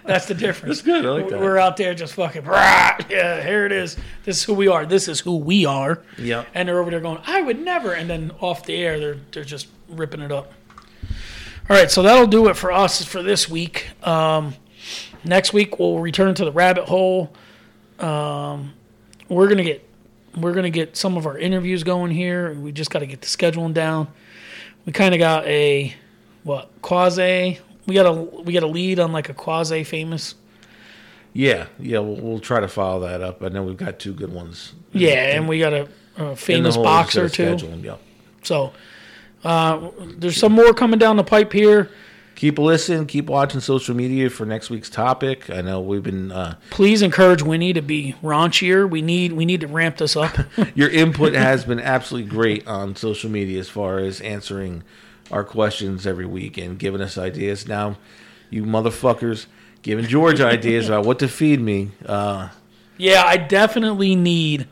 [SPEAKER 2] That's the difference.
[SPEAKER 6] That's good. I like that.
[SPEAKER 2] We're out there just fucking. "Rah, Yeah, here it is. This is who we are. This is who we are.
[SPEAKER 6] Yeah.
[SPEAKER 2] And they're over there going, "I would never." And then off the air, they're they're just ripping it up. All right, so that'll do it for us for this week. Um, next week we'll return to the rabbit hole. Um, we're gonna get we're gonna get some of our interviews going here. We just got to get the scheduling down. We kind of got a what quasi. We got a we got a lead on like a quasi famous.
[SPEAKER 6] Yeah, yeah. We'll, we'll try to follow that up. I know we've got two good ones.
[SPEAKER 2] Yeah, and we got a, a
[SPEAKER 6] In the
[SPEAKER 2] famous
[SPEAKER 6] hole,
[SPEAKER 2] boxer
[SPEAKER 6] just gotta
[SPEAKER 2] too.
[SPEAKER 6] schedule 'em, Yeah.
[SPEAKER 2] So uh, there's some more coming down the pipe here.
[SPEAKER 6] Keep a listen. Keep watching social media for next week's topic. I know we've been. Uh,
[SPEAKER 2] Please encourage Winnie to be raunchier. We need we need to ramp this up.
[SPEAKER 6] your input has been absolutely great on social media as far as answering our questions every week and giving us ideas. Now, you motherfuckers giving George ideas about what to feed me. Uh,
[SPEAKER 2] yeah, I definitely need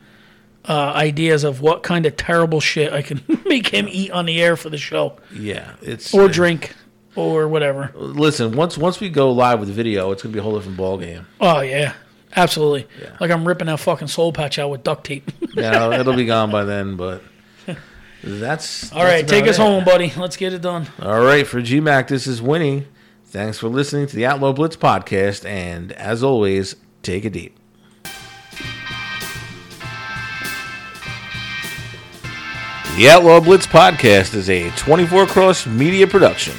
[SPEAKER 2] uh, ideas of what kind of terrible shit I can make him eat on the air for the show
[SPEAKER 6] yeah, it's
[SPEAKER 2] or drink or whatever.
[SPEAKER 6] Listen, once once we go live with video, it's gonna be a whole different ballgame.
[SPEAKER 2] Oh yeah, absolutely.
[SPEAKER 6] Yeah.
[SPEAKER 2] Like I'm ripping that fucking soul patch out with duct tape.
[SPEAKER 6] Yeah, it'll be gone by then, but. That's
[SPEAKER 2] All right,
[SPEAKER 6] that's
[SPEAKER 2] take
[SPEAKER 6] about
[SPEAKER 2] us
[SPEAKER 6] it.
[SPEAKER 2] home, buddy. Let's get it done.
[SPEAKER 6] All right, for GMAC, this is Winnie. Thanks for listening to the Outlaw Blitz podcast, and as always, take a deep. The Outlaw Blitz podcast is a 24 Cross media production.